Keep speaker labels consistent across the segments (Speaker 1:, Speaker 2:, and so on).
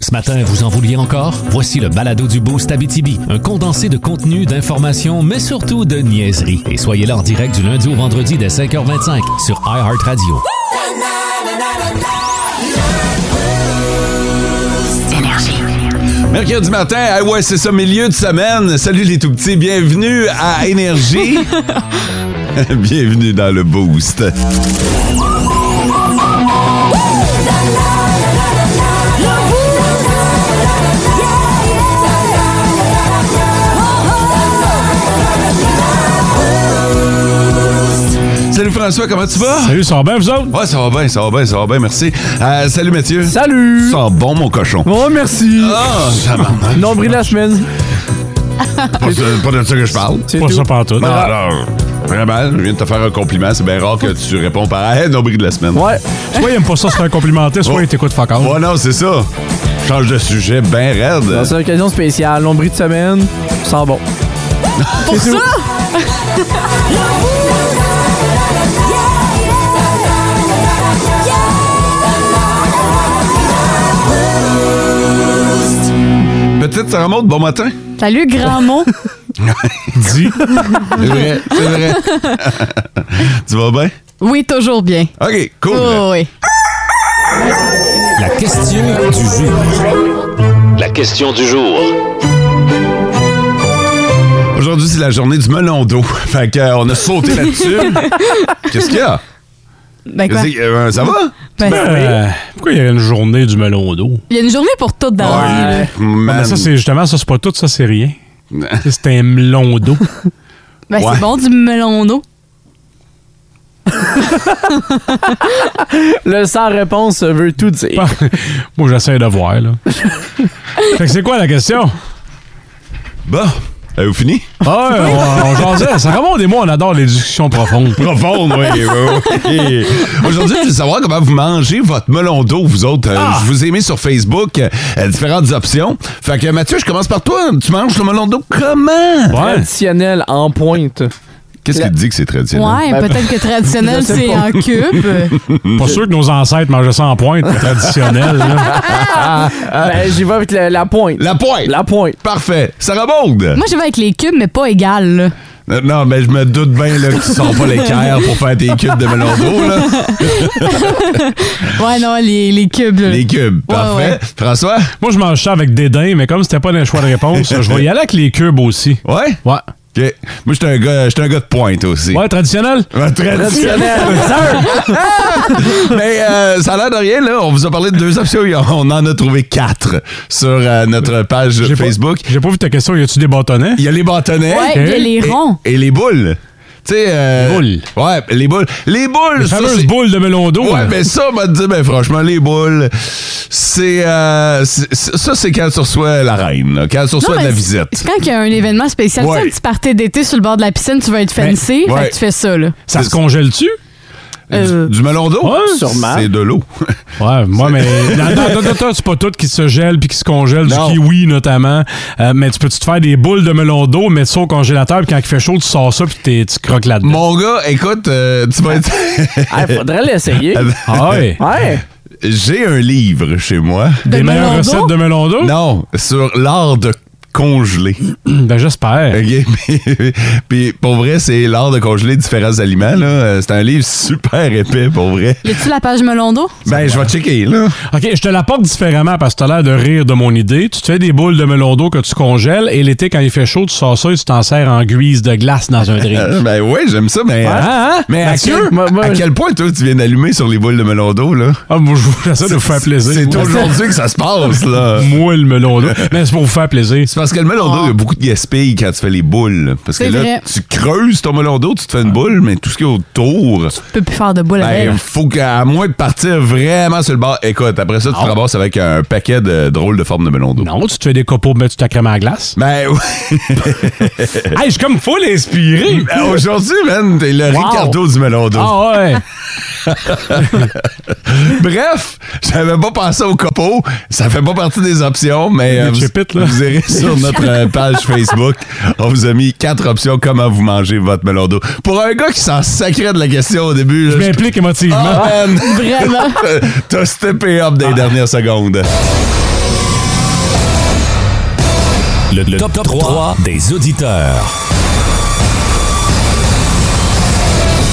Speaker 1: Ce matin, vous en vouliez encore? Voici le balado du beau Stabitibi, un condensé de contenu, d'informations, mais surtout de niaiseries. Et soyez là en direct du lundi au vendredi dès 5h25 sur iHeartRadio.
Speaker 2: Mercredi matin, ah ouais, c'est ça, milieu de semaine. Salut les tout petits, bienvenue à Énergie. bienvenue dans le Boost. Salut François, comment tu vas?
Speaker 3: Salut, ça va bien, vous autres?
Speaker 2: Ouais, ça va bien, ça va bien, ça va bien, merci. Euh, salut Mathieu.
Speaker 3: Salut!
Speaker 2: Tu sens bon, mon cochon.
Speaker 3: Oh, merci!
Speaker 2: Ah, ça m'a-
Speaker 3: Nombril la semaine.
Speaker 2: pas, de- pas de ça que je parle.
Speaker 3: C'est pas ça partout.
Speaker 2: Non, non. Vraiment, je viens de te faire un compliment. C'est bien rare que tu réponds par Hey, nombril de la semaine.
Speaker 3: Ouais. Soit il aime pas ça se faire complimenter, soit il t'écoute fuck off.
Speaker 2: Ouais, non, c'est ça. Change de sujet bien raide.
Speaker 4: C'est une occasion spéciale, nombril de semaine, sans bon. Pour ça?
Speaker 2: Petite Sarah Maud, bon matin.
Speaker 5: Salut, grand mot.
Speaker 3: Dis.
Speaker 2: C'est vrai, c'est vrai. tu vas bien?
Speaker 5: Oui, toujours bien.
Speaker 2: OK, cool.
Speaker 5: Oh, oui.
Speaker 1: La question du jour. La question du jour.
Speaker 2: Aujourd'hui, c'est la journée du melon d'eau. Fait qu'on a sauté là-dessus. Qu'est-ce qu'il y a?
Speaker 5: Ben quoi?
Speaker 2: Qu'est-ce qu'il y a? Euh, ça va?
Speaker 5: Ben,
Speaker 3: Euh, pourquoi il y a une journée du melon d'eau?
Speaker 5: il y a une journée pour toutes dans la vie, là.
Speaker 2: Man.
Speaker 3: Mais Ah, ben, ça, c'est justement, ça, c'est pas tout, ça, c'est rien. Ça, C'est un melon d'eau.
Speaker 5: Ben,
Speaker 2: Ouais.
Speaker 5: c'est bon, du melon d'eau.
Speaker 4: Le sans réponse veut tout dire.
Speaker 3: Moi, j'essaie de voir, là. fait que c'est quoi la question?
Speaker 2: Bon, Euh, avez-vous fini?
Speaker 3: Ah ouais, on, on jasait. Ça remonte des mots, on adore les discussions profondes.
Speaker 2: Profonde, oui. oui, oui. Aujourd'hui, je veux savoir comment vous mangez votre melon d'eau, vous autres. Euh,
Speaker 3: Ah!
Speaker 2: Je vous ai mis sur Facebook euh, euh, différentes options. Fait que Mathieu, je commence par toi. Tu manges le melon d'eau comment?
Speaker 3: Ouais. Euh.
Speaker 4: Traditionnel en pointe.
Speaker 2: Qu'est-ce
Speaker 4: La-
Speaker 2: qui te dit que c'est traditionnel?
Speaker 5: Ouais, peut-être que traditionnel,
Speaker 4: je sais
Speaker 5: c'est
Speaker 4: pas.
Speaker 5: en cube.
Speaker 3: Pas sûr que nos ancêtres mangeaient ça en pointe, traditionnel. là.
Speaker 4: Ben, j'y vais avec la, la pointe.
Speaker 2: La pointe!
Speaker 4: La pointe.
Speaker 2: Parfait. Ça rebonde!
Speaker 5: Moi, je vais avec les cubes, mais pas égales, là.
Speaker 2: Euh, Non, mais je me doute bien là, que tu sors pas l'équerre pour faire tes cubes de melon d'eau. là.
Speaker 5: Ouais, non, les, les cubes, là.
Speaker 2: Les cubes. Parfait.
Speaker 5: ouais.
Speaker 2: François?
Speaker 3: Moi, je mange ça avec dédain, mais comme c'était pas un choix de réponse, je vais y aller avec les cubes aussi.
Speaker 2: Ouais?
Speaker 3: Ouais.
Speaker 2: OK. Moi, j'étais un, gars- j'étais un gars de pointe aussi.
Speaker 3: Ouais, traditionnel?
Speaker 2: Un traditionnel.
Speaker 4: Traditionnel. Sir!
Speaker 2: Mais euh, ça a l'air de rien, là. On vous a parlé de deux options. On en a trouvé quatre sur euh, notre page
Speaker 3: J'ai pas-
Speaker 2: Facebook.
Speaker 3: J'ai pas vu ta question, y a-tu des bâtonnets?
Speaker 2: Il y a les bâtonnets.
Speaker 5: Ouais, il y a les
Speaker 2: Et-
Speaker 5: ronds.
Speaker 2: Et, les boules. Tu sais. euh,
Speaker 3: Les boules.
Speaker 2: Ouais, les boules. Les boules,
Speaker 3: Les
Speaker 2: ça,
Speaker 3: fameuses
Speaker 2: c'est-
Speaker 3: boules hein. de melon d'eau.
Speaker 2: Ouais,
Speaker 3: là.
Speaker 2: mais ça, on m'a dit, ben franchement, les boules, c'est. euh, c'est- ça, c'est quand tu reçois la reine, là, quand tu reçois
Speaker 5: Non,
Speaker 2: de la
Speaker 5: mais c'est-
Speaker 2: visite.
Speaker 5: c'est Quand il y a un événement spécial,
Speaker 2: Ouais.
Speaker 5: tu sais, un petit party d'été sur le bord de la piscine, tu vas être fancy,
Speaker 2: Ben, ouais.
Speaker 5: fait que tu fais ça, là.
Speaker 3: Ça se congèle-tu?
Speaker 5: Euh,
Speaker 2: Du melon d'eau?
Speaker 3: Ouais,
Speaker 4: sûrement.
Speaker 2: C'est de l'eau.
Speaker 3: Ouais, moi, mais. Dans, dans- dans- dans- c'est pas tout qui se gèle puis qui se congèle,
Speaker 2: Non.
Speaker 3: du kiwi notamment. Euh, mais tu peux-tu te faire des boules de melon d'eau, mettre ça au congélateur, puis quand il fait chaud, tu sors ça, puis t'es- tu croques là-dedans.
Speaker 2: Mon gars, écoute, euh, tu vas être.
Speaker 4: Ah, faudrait l'essayer.
Speaker 3: Ah ouais.
Speaker 4: Ouais.
Speaker 2: J'ai un livre chez moi.
Speaker 5: De
Speaker 3: Des meilleures
Speaker 5: melon d'eau?
Speaker 3: recettes de melon d'eau?
Speaker 2: Non, sur l'art de congeler.
Speaker 3: Ben, j'espère.
Speaker 2: OK? Puis- Puis pour vrai, c'est l'art de congeler différents aliments. là. Euh, C'est un livre super épais, pour vrai.
Speaker 5: Y a-tu la page melon d'eau?
Speaker 2: Ben, je vais checker, là.
Speaker 3: OK, je te l'apporte différemment parce que t'as l'air de rire de mon idée. Tu te fais des boules de melon d'eau que tu congèles et l'été, quand il fait chaud, tu sors ça et tu t'en sers en guise de glace dans un drink.
Speaker 2: Euh, Ben oui, j'aime ça, mais...
Speaker 3: hein?
Speaker 2: Mais à
Speaker 3: Mathieu?
Speaker 2: quel,
Speaker 4: Moi- moi,
Speaker 2: à
Speaker 4: je-
Speaker 2: quel point, toi, tu viens d'allumer sur les boules de melon d'eau, là?
Speaker 3: Ah, moi, je vous- j'essaie de vous faire plaisir.
Speaker 2: C'est
Speaker 3: Moi,
Speaker 2: aujourd'hui que ça se passe, là.
Speaker 3: Moi, le melon d'eau. Mais c'est pour vous faire plaisir.
Speaker 2: C'est parce que le melon d'eau,
Speaker 3: Ah.
Speaker 2: il y a beaucoup de gaspilles quand tu fais les boules. Parce que
Speaker 5: C'est
Speaker 2: là,
Speaker 5: vrai.
Speaker 2: tu creuses ton melon d'eau, tu te fais une boule, mais tout ce qui est autour...
Speaker 5: Tu peux plus faire de boule avec.
Speaker 2: Ben, faut qu'à moins de partir vraiment sur le bord. Écoute, après ça, tu te ramasses avec un paquet de drôles de formes de melon d'eau.
Speaker 3: Ah. Non, tu te fais des copeaux pour mettre ta crème à la glace.
Speaker 2: Ben, oui.
Speaker 3: hey, je suis comme full inspiré.
Speaker 2: Ben, Aujourd'hui, man, t'es le Ricardo du melon d'eau.
Speaker 3: Ah ouais.
Speaker 2: Bref, j'avais pas pensé au copeau. Ça fait pas partie des options, mais euh,
Speaker 3: Les
Speaker 2: vous,
Speaker 3: chip-it, là.
Speaker 2: vous irez sur notre euh, page Facebook. On vous a mis quatre options comment vous mangez votre melon d'eau. Pour un gars qui s'en sacrait de la question au début,
Speaker 3: Je
Speaker 2: là,
Speaker 3: m'implique émotivement.
Speaker 2: Ah, man.
Speaker 5: Vraiment.
Speaker 2: T'as steppé up des dernières secondes.
Speaker 1: le, le top, 3 des auditeurs.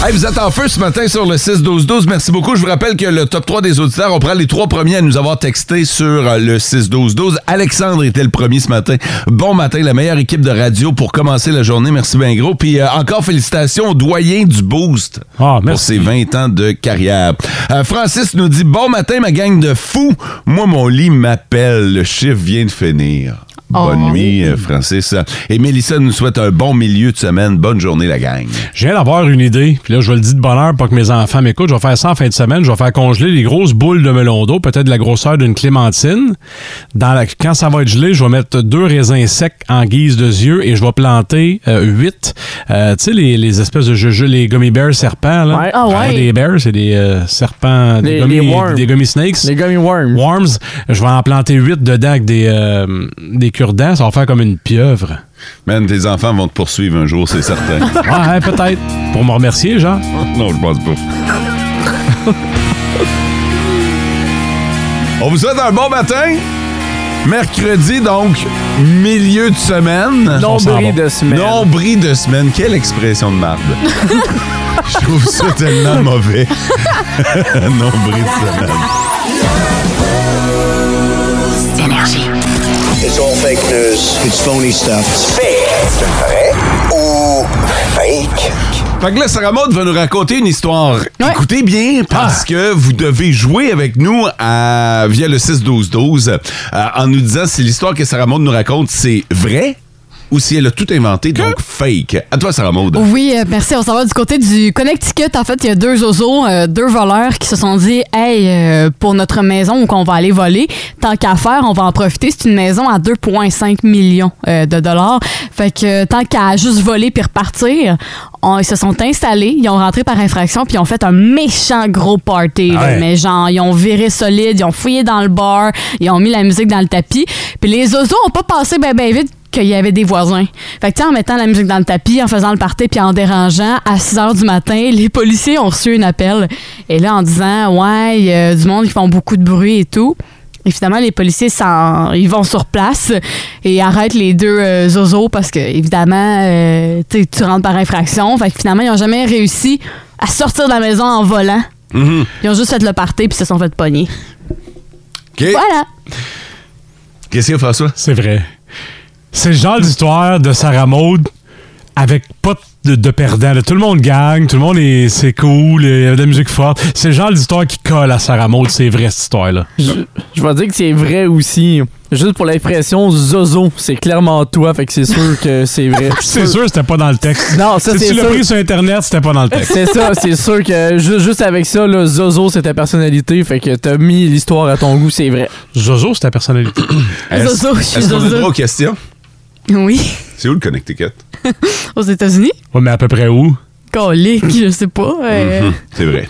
Speaker 2: Hey, vous êtes en feu ce matin sur le 6-12-12. Merci beaucoup. Je vous rappelle que le top 3 des auditeurs, on prend les trois premiers à nous avoir texté sur euh, le 6-12-12. Alexandre était le premier ce matin. Bon matin, la meilleure équipe de radio pour commencer la journée. Merci bien gros. Puis euh, encore félicitations au doyen du Boost
Speaker 3: Ah,
Speaker 2: pour
Speaker 3: merci.
Speaker 2: ses 20 ans de carrière. Euh, Francis nous dit « Bon matin, ma gang de fous. Moi, mon lit m'appelle. Le chiffre vient de finir. » Bonne
Speaker 5: Oh.
Speaker 2: nuit, euh, Francis. Et Mélissa nous souhaite un bon milieu de semaine. Bonne journée, la gang.
Speaker 3: Je viens d'avoir une idée, puis là, je vais le dire de bonheur pour que mes enfants m'écoutent. Je vais faire ça en fin de semaine. Je vais faire congeler les grosses boules de melon d'eau, peut-être de la grosseur d'une clémentine. Dans la... Quand ça va être gelé, je vais mettre deux raisins secs en guise de yeux et je vais planter euh, huit. euh, tu sais, les, les espèces de jeux, les gummy bears serpents, là.
Speaker 4: Ouais.
Speaker 5: Ah ouais.
Speaker 3: Pas des bears, c'est des euh, serpents, des,
Speaker 4: Les-
Speaker 3: gummy,
Speaker 4: les worms.
Speaker 3: des gummy snakes.
Speaker 4: Les gummy worms.
Speaker 3: Worms, je vais en planter huit dedans avec des, euh, des cure-dents. Ça va faire comme une pieuvre.
Speaker 2: Man, tes enfants vont te poursuivre un jour, c'est certain.
Speaker 3: Ouais, ouais, peut-être. Pour me remercier, genre.
Speaker 2: non, je pense pas. On vous souhaite un bon matin. Mercredi, donc, milieu de semaine.
Speaker 3: On s'en va.
Speaker 4: Nombril de semaine.
Speaker 2: Nombril de semaine. Quelle expression de marde. je trouve ça tellement mauvais. Nombril de semaine.
Speaker 6: It's all fake news. It's phony stuff. It's fake. C'est vrai ou fake?
Speaker 2: Fait que là, Sarah Maud va nous raconter une histoire.
Speaker 5: Ouais. Ah.
Speaker 2: Écoutez bien, parce que vous devez jouer avec nous à- via le 6-12-12 euh, en nous disant si l'histoire que Sarah Maud nous raconte, c'est vrai ou si elle a tout inventé, donc fake. À toi, Sarah Maud.
Speaker 5: Oui, euh, merci. On s'en va du côté du Connecticut. En fait, il y a deux zozos, euh, deux voleurs qui se sont dit Hey, euh, pour notre maison où qu'on va aller voler, tant qu'à faire, on va en profiter. C'est une maison à 2,5 millions euh, de dollars. Fait que euh, tant qu'à juste voler puis repartir, on- ils se sont installés, ils ont rentré par infraction puis ils ont fait un méchant gros party. là.
Speaker 3: Ouais.
Speaker 5: Mais genre, ils ont viré solide, ils ont fouillé dans le bar, ils ont mis la musique dans le tapis. Puis les zozos ont pas passé ben, ben vite qu'il y avait des voisins. Fait que, tu sais, en mettant la musique dans le tapis, en faisant le party puis en dérangeant, à 6 heures du matin, les policiers ont reçu un appel. Et là, en disant, ouais, il y a du monde qui font beaucoup de bruit et tout. Et finalement, les policiers, s'en- ils vont sur place et arrêtent les deux euh, zozos parce que, évidemment, euh, tu sais, tu rentres par infraction. Fait que finalement, ils n'ont jamais réussi à sortir de la maison en volant. Ils ont juste fait le party puis se sont fait pogner.
Speaker 2: OK.
Speaker 5: Voilà.
Speaker 2: Qu'est-ce qu'il y a, François?
Speaker 3: C'est vrai. C'est le genre d'histoire de Sarah Maud avec pas de, de perdant. là. Tout le monde gagne, tout le monde est c'est cool, il y a de la musique forte. C'est le genre d'histoire qui colle à Sarah Maud, c'est vrai cette histoire-là.
Speaker 4: Je, je vais dire que c'est vrai aussi. Juste pour l'impression, Zozo, c'est clairement toi, fait que c'est sûr que c'est vrai.
Speaker 3: C'est sûr, c'était pas dans le texte.
Speaker 4: Non, ça,
Speaker 3: si
Speaker 4: c'est
Speaker 3: tu l'as
Speaker 4: sûr.
Speaker 3: pris sur Internet, c'était pas dans le texte.
Speaker 4: C'est ça, c'est sûr que ju- juste avec ça, là, Zozo, c'est ta personnalité, fait que t'as mis l'histoire à ton goût, c'est vrai.
Speaker 3: Zozo, c'est ta personnalité.
Speaker 2: Est-ce-
Speaker 5: Zozo, je suis
Speaker 2: Est-ce qu'on a
Speaker 5: zozo.
Speaker 2: droit aux questions?
Speaker 5: Oui,
Speaker 2: C'est où le Connecticut?
Speaker 5: aux États-Unis.
Speaker 3: Ouais, mais à peu près où?
Speaker 5: Colique, je sais pas. euh,
Speaker 2: Hum, c'est vrai.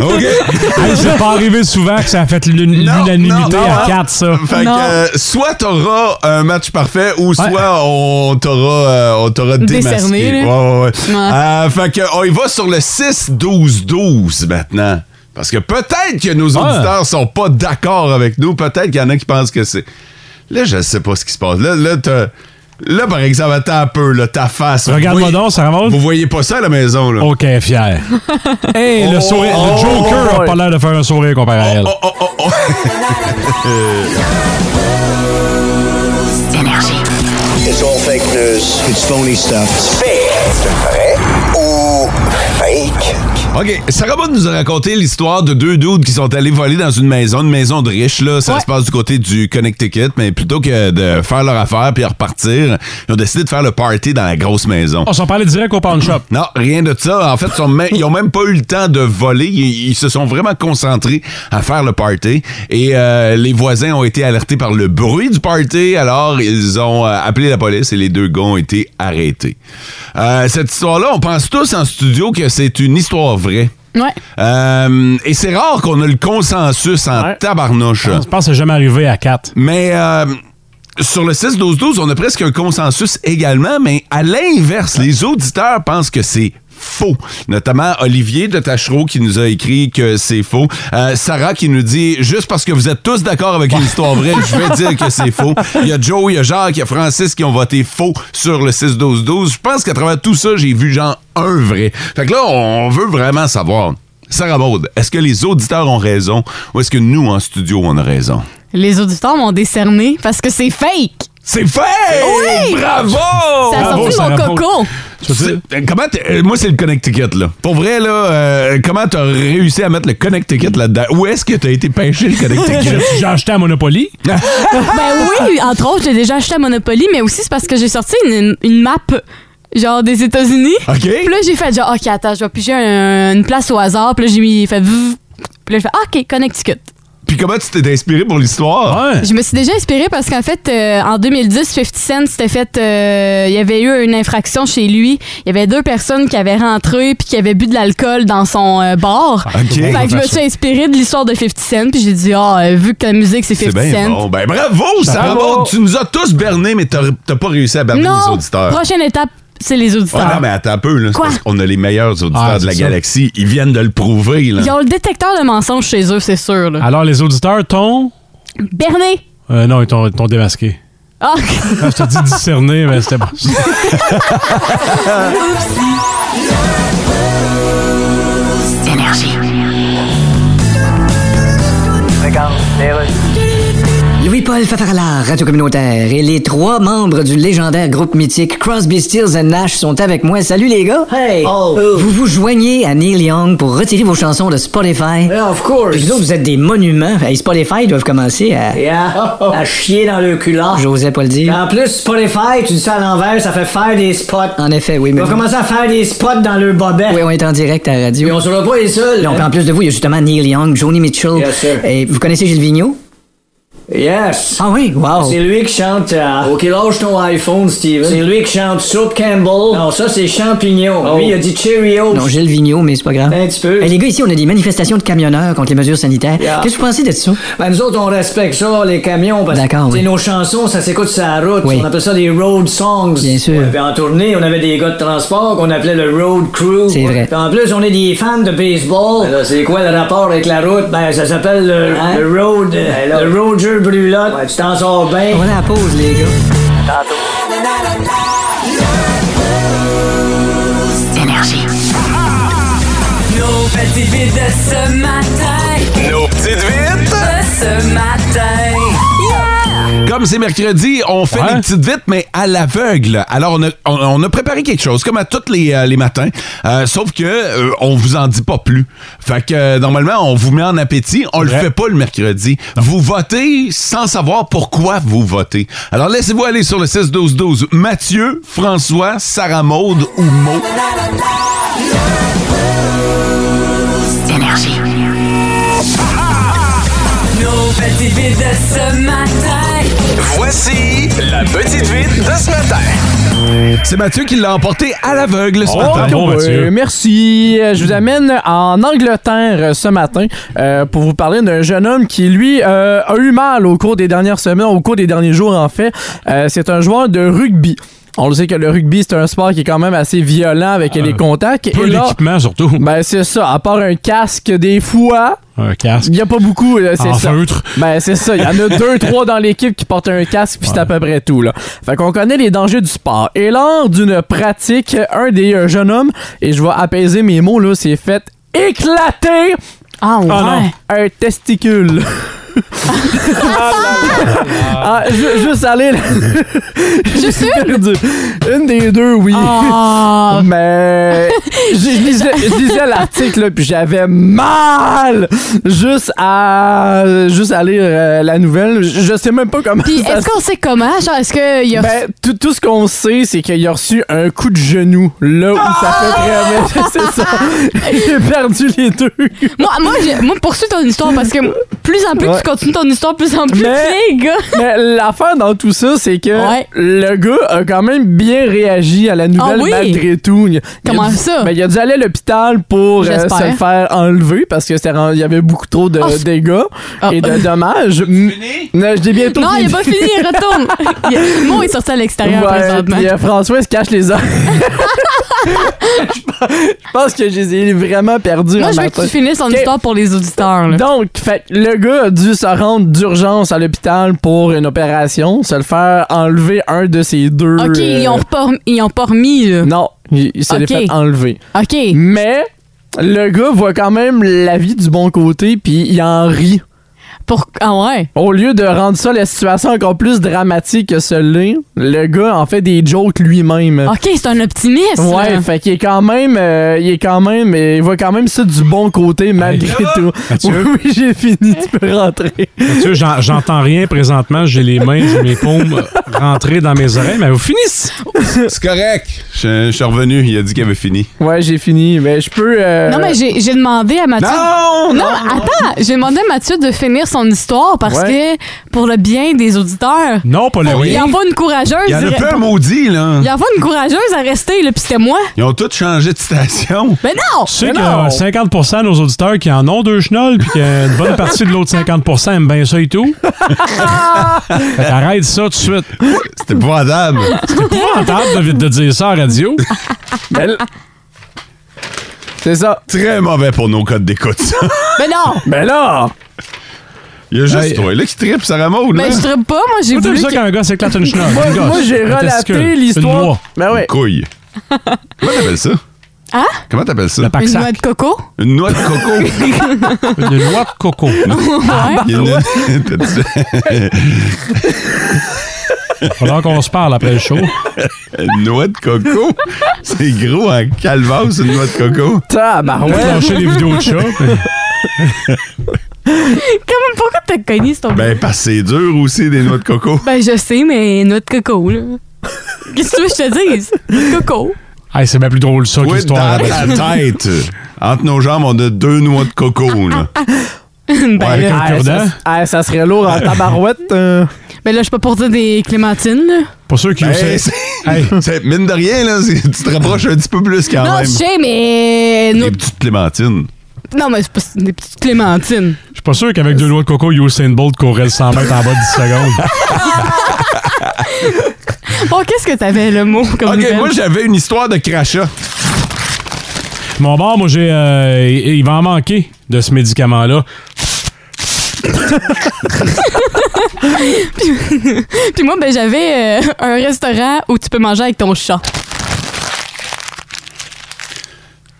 Speaker 2: OK.
Speaker 3: Hey, c'est pas arrivé souvent que ça a fait l'un-
Speaker 2: Non,
Speaker 3: l'unanimité
Speaker 2: non,
Speaker 3: à
Speaker 2: non.
Speaker 3: 4, ça.
Speaker 2: Fait que,
Speaker 5: Non.
Speaker 2: euh, soit t'auras un match parfait ou soit on t'aura euh, on t'aura démasqué.
Speaker 5: Décerné,
Speaker 2: Ouais,
Speaker 5: là.
Speaker 2: ouais, ouais.
Speaker 5: Ouais.
Speaker 2: Euh, fait que on y va sur le 6-12-12 maintenant. Parce que peut-être que nos auditeurs sont pas d'accord avec nous. Peut-être qu'il y en a qui pensent que c'est. Là, je sais pas ce qui se passe. Là, là, t'as- là par exemple, attends un peu, là, ta face. Vous
Speaker 3: Regarde-moi
Speaker 2: voyez-
Speaker 3: donc, Sarah Maud.
Speaker 2: Vous voyez pas ça à la maison, là?
Speaker 3: OK, fier. Hey, le sourire. le
Speaker 2: oh,
Speaker 3: Joker
Speaker 4: oh,
Speaker 3: a pas
Speaker 4: ouais.
Speaker 3: l'air de faire un sourire comparé à elle.
Speaker 2: Oh, oh, oh, oh.
Speaker 6: It's all fake news. It's phony stuff. It's fake. C'est vrai ou fake?
Speaker 2: OK. Sarah Maud nous a raconté l'histoire de deux dudes qui sont allés voler dans une maison, une maison de riches. Là. Ça
Speaker 5: Ouais.
Speaker 2: se passe du côté du Connecticut, mais plutôt que de faire leur affaire puis repartir, ils ont décidé de faire le party dans la grosse maison.
Speaker 3: On s'en parlait direct au pawn shop.
Speaker 2: Non, rien de ça. En fait, ils sont même- ils ont même pas eu le temps de voler. Ils, ils se sont vraiment concentrés à faire le party. Et euh, les voisins ont été alertés par le bruit du party. Alors, ils ont euh, appelé la police et les deux gars ont été arrêtés. Euh, cette histoire-là, on pense tous en studio que c'est une histoire vraie.
Speaker 5: Ouais.
Speaker 2: Euh, et c'est rare qu'on a le consensus en
Speaker 4: Ouais.
Speaker 2: tabarnouche.
Speaker 3: Je pense que c'est jamais arrivé à 4.
Speaker 2: Mais euh, sur le 6-12-12, on a presque un consensus également, mais à l'inverse, les auditeurs pensent que c'est faux. Notamment Olivier de Tachereau qui nous a écrit que c'est faux. Euh, Sarah qui nous dit juste parce que vous êtes tous d'accord avec une histoire vraie, je vais dire que c'est faux. Il y a Joe, il y a Jacques, il y a Francis qui ont voté faux sur le 6-12-12. Je pense qu'à travers tout ça, j'ai vu genre un vrai. Fait que là, on veut vraiment savoir. Sarah Maud, est-ce que les auditeurs ont raison ou est-ce que nous, en studio, on a raison?
Speaker 5: Les auditeurs m'ont décerné parce que c'est fake.
Speaker 2: C'est fait!
Speaker 5: Oui!
Speaker 2: Oh, Bravo!
Speaker 5: Ça a
Speaker 3: Bravo,
Speaker 5: sorti
Speaker 3: Sarah Paul.
Speaker 5: mon coco.
Speaker 2: C'est- euh, Comment t'es- euh, moi c'est le Connecticut là. Pour vrai là, euh, comment t'as réussi à mettre le Connecticut là-dedans Où est-ce que t'as été pêché le Connecticut
Speaker 3: J'ai acheté à Monopoly.
Speaker 4: Ah.
Speaker 5: Ben oui, entre autres, j'ai déjà acheté à Monopoly, mais aussi c'est parce que j'ai sorti une, une map genre des États-Unis.
Speaker 2: Ok.
Speaker 5: Puis là, j'ai fait genre, OK, attends, je vais piger un- une place au hasard. Puis là, j'ai mis, fait, vvv. puis là, j'ai fait, ah, OK, Connecticut.
Speaker 2: Puis comment tu t'es inspiré pour l'histoire
Speaker 3: Ah Ouais.
Speaker 5: Je me suis déjà inspirée parce qu'en fait, euh, en 2010, 50 Cent s'était fait. euh, il y avait eu une infraction chez lui. Il y avait deux personnes qui avaient rentré puis qui avaient bu de l'alcool dans son euh, bar.
Speaker 3: Ah,
Speaker 2: Ok.
Speaker 5: Fait que je me suis inspirée de l'histoire de 50 Cent puis j'ai dit, ah, euh, vu que la musique c'est
Speaker 2: C'est
Speaker 5: 50
Speaker 2: bien
Speaker 5: Cent.
Speaker 2: bon. Ben bravo, Sarah
Speaker 4: Bravo.
Speaker 2: Maud. Tu nous as tous bernés, mais t'as t'as pas réussi à berner les
Speaker 5: Non,
Speaker 2: auditeurs.
Speaker 5: prochaine étape, c'est les auditeurs.
Speaker 2: Ah, non, mais attends un peu, là. C'est
Speaker 5: Quoi?
Speaker 2: parce qu'on a les meilleurs auditeurs
Speaker 3: Ah,
Speaker 2: de la
Speaker 3: c'est ça.
Speaker 2: galaxie. Ils viennent de le prouver, là.
Speaker 5: Ils ont le détecteur de mensonges chez eux, c'est sûr. Là.
Speaker 3: Alors, les auditeurs t'ont.
Speaker 5: Berné!
Speaker 3: Euh, non, ils t'ont ils t'ont démasqué.
Speaker 5: Ah,
Speaker 3: Quand je te dis discerner, mais c'était pas ça.
Speaker 7: Louis-Paul Fafarla, Radio Communautaire, et les trois membres du légendaire groupe mythique Crosby, Stills and Nash sont avec moi. Salut les gars! Hey! Oh. Vous vous joignez à Neil Young pour retirer vos chansons de Spotify. of course! Vous autres, vous êtes des monuments. Hey, Spotify, ils doivent commencer à... à chier dans le culotte. J'osais pas le dire. En plus, Spotify, tu dis ça à l'envers, ça fait faire des spots. En effet, oui, mais... Ils vont commencer à faire des spots dans le bobet. Oui, on est en direct à la radio. Mais on sera pas les seuls. Donc, en plus de vous, il y a justement Neil Young, Joni Mitchell. Et vous connaissez Gilles Vigneault?
Speaker 8: Yes!
Speaker 7: Ah oui, wow!
Speaker 8: C'est lui qui chante. euh, Oh. Ok, lâche ton iPhone, Steven. C'est lui qui chante Soup Campbell. Non, ça, c'est Champignon. Lui, il a dit Cheerios.
Speaker 7: Non, Gilles Vigneault, mais c'est pas grave.
Speaker 8: Oh. Un petit peu.
Speaker 7: Hey, les gars, ici, on a des manifestations de camionneurs contre les mesures sanitaires.
Speaker 8: Yeah.
Speaker 7: Qu'est-ce que vous pensez de ça?
Speaker 8: Ben, nous autres, on respecte ça, les camions, parce
Speaker 7: D'accord,
Speaker 8: que
Speaker 7: oui.
Speaker 8: c'est nos chansons, ça s'écoute sur la route.
Speaker 7: Oui.
Speaker 8: On appelle ça des road songs.
Speaker 7: Bien sûr.
Speaker 8: Ouais, puis en tournée, on avait des gars de transport qu'on appelait le road crew.
Speaker 7: C'est vrai.
Speaker 8: Puis en plus, on est des fans de baseball. Ben là, c'est quoi le rapport avec la route? Ben, ça s'appelle le,
Speaker 7: Hein?
Speaker 8: le road. euh, le Roger Brulotte. tu t'en sors bien.
Speaker 7: On va à la pause, les gars.
Speaker 9: Nos petites vites de ce matin.
Speaker 2: Nos petites vites!
Speaker 9: De ce matin. Yeah!
Speaker 2: Comme c'est mercredi, on fait
Speaker 3: Ouais.
Speaker 2: les petites vites, mais à l'aveugle. Alors, on a, on- on a préparé quelque chose, comme à tous les, euh, les matins, Euh, sauf que euh, on vous en dit pas plus. Fait que, euh, normalement, on vous met en appétit, on le
Speaker 3: Vrai.
Speaker 2: fait pas le mercredi. Vous votez sans savoir pourquoi vous votez. Alors, laissez-vous aller sur le 6-12-12. Mathieu, François, Sarah Maude ou Mo.
Speaker 9: Nos petites vites de ce matin.
Speaker 6: Voici la petite vite de ce matin.
Speaker 2: C'est Mathieu qui l'a emporté à l'aveugle ce
Speaker 3: Oh,
Speaker 2: matin.
Speaker 3: bravo,
Speaker 4: Ouais,
Speaker 3: Mathieu.
Speaker 4: merci. Euh, Je vous amène en Angleterre euh, ce matin euh, pour vous parler d'un jeune homme qui, lui, euh, a eu mal au cours des dernières semaines, au cours des derniers jours, en fait. Euh, c'est un joueur de rugby. On le sait que le rugby, c'est un sport qui est quand même assez violent avec les contacts.
Speaker 3: Euh, Peu
Speaker 4: Et là,
Speaker 3: d'équipement, surtout.
Speaker 4: ben, c'est ça. À part un casque des fois,
Speaker 3: Un casque.
Speaker 4: il n'y a pas beaucoup. là, C'est
Speaker 3: En
Speaker 4: ça.
Speaker 3: feutre.
Speaker 4: Ben, c'est ça. Il y en a deux, trois dans l'équipe qui portent un casque, puis c'est à peu près tout, là. Fait qu'on connaît les dangers du sport. Et lors d'une pratique, un des euh, jeunes hommes, et je vais apaiser mes mots, là, s'est fait éclater Oh
Speaker 5: ah ouais.
Speaker 3: non.
Speaker 4: un testicule. ah, ju- juste aller là. Juste perdu. Une des deux, oui.
Speaker 5: Ah.
Speaker 4: Mais je je lisais, je lisais l'article là, puis j'avais mal juste à juste à lire euh, la nouvelle. Je, je sais même pas comment.
Speaker 5: Puis
Speaker 4: ça
Speaker 5: est-ce qu'on sait comment? Genre, est-ce qu'il y a.
Speaker 4: ben, tout, tout ce qu'on sait, c'est qu'il a reçu un coup de genou là où ça
Speaker 5: Ah!
Speaker 4: fait vraiment. C'est ça. Il a perdu les deux.
Speaker 5: Moi, moi, j'ai- moi, poursuis ton histoire parce que plus en plus
Speaker 4: Ouais.
Speaker 5: tu continues ton histoire, plus en plus
Speaker 4: Mais-
Speaker 5: les gars.
Speaker 4: Mais l'affaire dans tout ça, c'est que
Speaker 5: Ouais.
Speaker 4: le gars a quand même bien réagi à la nouvelle
Speaker 5: Ah oui?
Speaker 4: malgré tout. Il a
Speaker 5: Comment
Speaker 4: dû-
Speaker 5: ça?
Speaker 4: Ben, il a dû aller à l'hôpital pour euh,
Speaker 5: J'espère.
Speaker 4: se le faire enlever parce que c'était ren- il y avait beaucoup trop de
Speaker 5: Oh, c'est-
Speaker 4: dégâts
Speaker 5: Ah.
Speaker 4: et de dommages. M- Non, je dis bientôt
Speaker 5: Non,
Speaker 4: fini.
Speaker 5: il n'est pas fini, il retourne. Il- Mo est sorti à l'extérieur
Speaker 4: Ouais,
Speaker 5: présentement.
Speaker 4: puis, euh, François se cache les oreilles. Je pense que je les ai vraiment perdus.
Speaker 5: Moi,
Speaker 4: un
Speaker 5: je veux
Speaker 4: matin.
Speaker 5: que tu finisses ton
Speaker 4: Ok.
Speaker 5: histoire pour les auditeurs. là.
Speaker 4: Donc, fait, que le gars a dû se rendre d'urgence à l'hôpital pour une opération, se le faire enlever un de ses deux.
Speaker 5: OK,
Speaker 4: euh,
Speaker 5: ils ont pas, rem- ils ont pas remis, là.
Speaker 4: Non, il, il se l'est
Speaker 5: Ok.
Speaker 4: fait enlever.
Speaker 5: OK.
Speaker 4: Mais le gars voit quand même la vie du bon côté, puis il en rit.
Speaker 5: Pour... Ah ouais.
Speaker 4: Au lieu de rendre ça la situation encore plus dramatique que ce l'est, le gars en fait des jokes lui-même.
Speaker 5: OK, Ah, c'est un optimiste.
Speaker 4: Euh. Ouais,
Speaker 5: là.
Speaker 4: fait qu'il est quand même, euh, il est quand même, euh, il voit quand même ça du bon côté malgré tout.
Speaker 3: Mathieu?
Speaker 4: Oui, oui, j'ai fini, tu peux rentrer.
Speaker 3: Mathieu, j'en- j'entends rien présentement. J'ai les mains, j'ai mes paumes rentrées dans mes oreilles, mais vous finissez.
Speaker 2: C'est correct. Je, je suis revenu. Il a dit qu'il avait fini.
Speaker 4: Ouais, j'ai fini, mais je peux. euh,
Speaker 5: Non, mais j'ai j'ai demandé à Mathieu.
Speaker 2: Non!
Speaker 5: Non, mais attends, j'ai demandé à Mathieu de finir son histoire parce
Speaker 4: Ouais.
Speaker 5: que pour le bien des auditeurs,
Speaker 3: Non, pas le
Speaker 5: il
Speaker 3: oui.
Speaker 5: y en a une courageuse.
Speaker 2: Il y en a
Speaker 5: il-
Speaker 2: peu un maudit, là.
Speaker 5: il y en a une courageuse à rester, là, puis c'était moi.
Speaker 2: Ils ont tous changé de station.
Speaker 5: Mais non!
Speaker 3: Tu sais
Speaker 4: Mais
Speaker 3: qu'il y
Speaker 4: non!
Speaker 3: a 50 de nos auditeurs qui en ont deux chenolles, puis qu'une bonne partie de l'autre 50 aiment bien ça et tout. Fait qu'arrête ça tout de suite.
Speaker 2: C'était épouvantable.
Speaker 3: Épouvantable de, de dire ça à la radio.
Speaker 4: mais l- C'est ça.
Speaker 2: Très mauvais pour nos codes d'écoute, ça.
Speaker 5: Mais non!
Speaker 4: Mais là,
Speaker 2: Il y a juste
Speaker 3: Hey.
Speaker 2: toi, là, qui tripe Sarah Maud, là.
Speaker 5: Mais je tripe pas, moi j'ai
Speaker 3: Moi, t'aimes
Speaker 5: voulu.
Speaker 3: ça
Speaker 5: que-
Speaker 3: quand un gars s'éclate une chenolle.
Speaker 4: moi,
Speaker 3: Une gosse,
Speaker 4: moi, j'ai
Speaker 3: un testicule,
Speaker 4: relaté
Speaker 3: une
Speaker 4: l'histoire.
Speaker 3: noix,
Speaker 4: Ben ouais.
Speaker 2: Couille. Comment t'appelles ça?
Speaker 5: Hein?
Speaker 2: Comment t'appelles ça?
Speaker 3: Le
Speaker 5: Une
Speaker 3: paxac.
Speaker 5: noix de coco?
Speaker 2: Une noix de coco.
Speaker 3: Une noix de coco.
Speaker 2: Il y a une- T'as dit-
Speaker 3: Faudra qu'on se parle après le show.
Speaker 2: Ah une noix de coco? C'est gros en calvasse, une noix de coco.
Speaker 3: On va
Speaker 4: Tabarouette.
Speaker 3: lâcher les vidéos de chat. puis-
Speaker 5: Comment, pourquoi t'as connu ce ton
Speaker 2: Ben, parce que c'est dur aussi, des noix de coco.
Speaker 5: Ben, je sais, mais noix de coco, là. Qu'est-ce que tu veux que je te dise? Noix de coco.
Speaker 3: Hey, c'est bien plus drôle ça que
Speaker 2: Oui,
Speaker 3: l'histoire.
Speaker 2: dans ta tête. Entre nos jambes, on a deux noix de coco, là.
Speaker 3: Avec un
Speaker 4: Ah,
Speaker 3: cure-dent.
Speaker 4: ça, ah, ça serait lourd en tabarouette. euh.
Speaker 5: Ben là, je suis pas pour dire des clémentines, là.
Speaker 3: Pour ceux qui le
Speaker 2: Hey,
Speaker 3: savent.
Speaker 2: Ben, c'est-
Speaker 3: Hey.
Speaker 2: c'est- mine de rien, là, c'est- tu te rapproches un petit peu plus quand
Speaker 5: non,
Speaker 2: même.
Speaker 5: je sais, mais. noix
Speaker 2: Ah Des
Speaker 5: de-
Speaker 2: petites clémentines.
Speaker 5: Non, mais c'est pas des petites clémentines.
Speaker 3: Je suis pas sûr qu'avec deux noix de coco, Usain Bolt courrait le 100 mètres en bas de 10 secondes.
Speaker 5: Bon, Oh, qu'est-ce que t'avais, le mot, comme
Speaker 2: OK,
Speaker 5: nouvelle?
Speaker 2: moi, j'avais une histoire de crachat.
Speaker 3: Mon bar, moi, j'ai. euh, il il va en manquer de ce médicament-là.
Speaker 5: Puis moi, ben, j'avais euh, un restaurant où tu peux manger avec ton chat.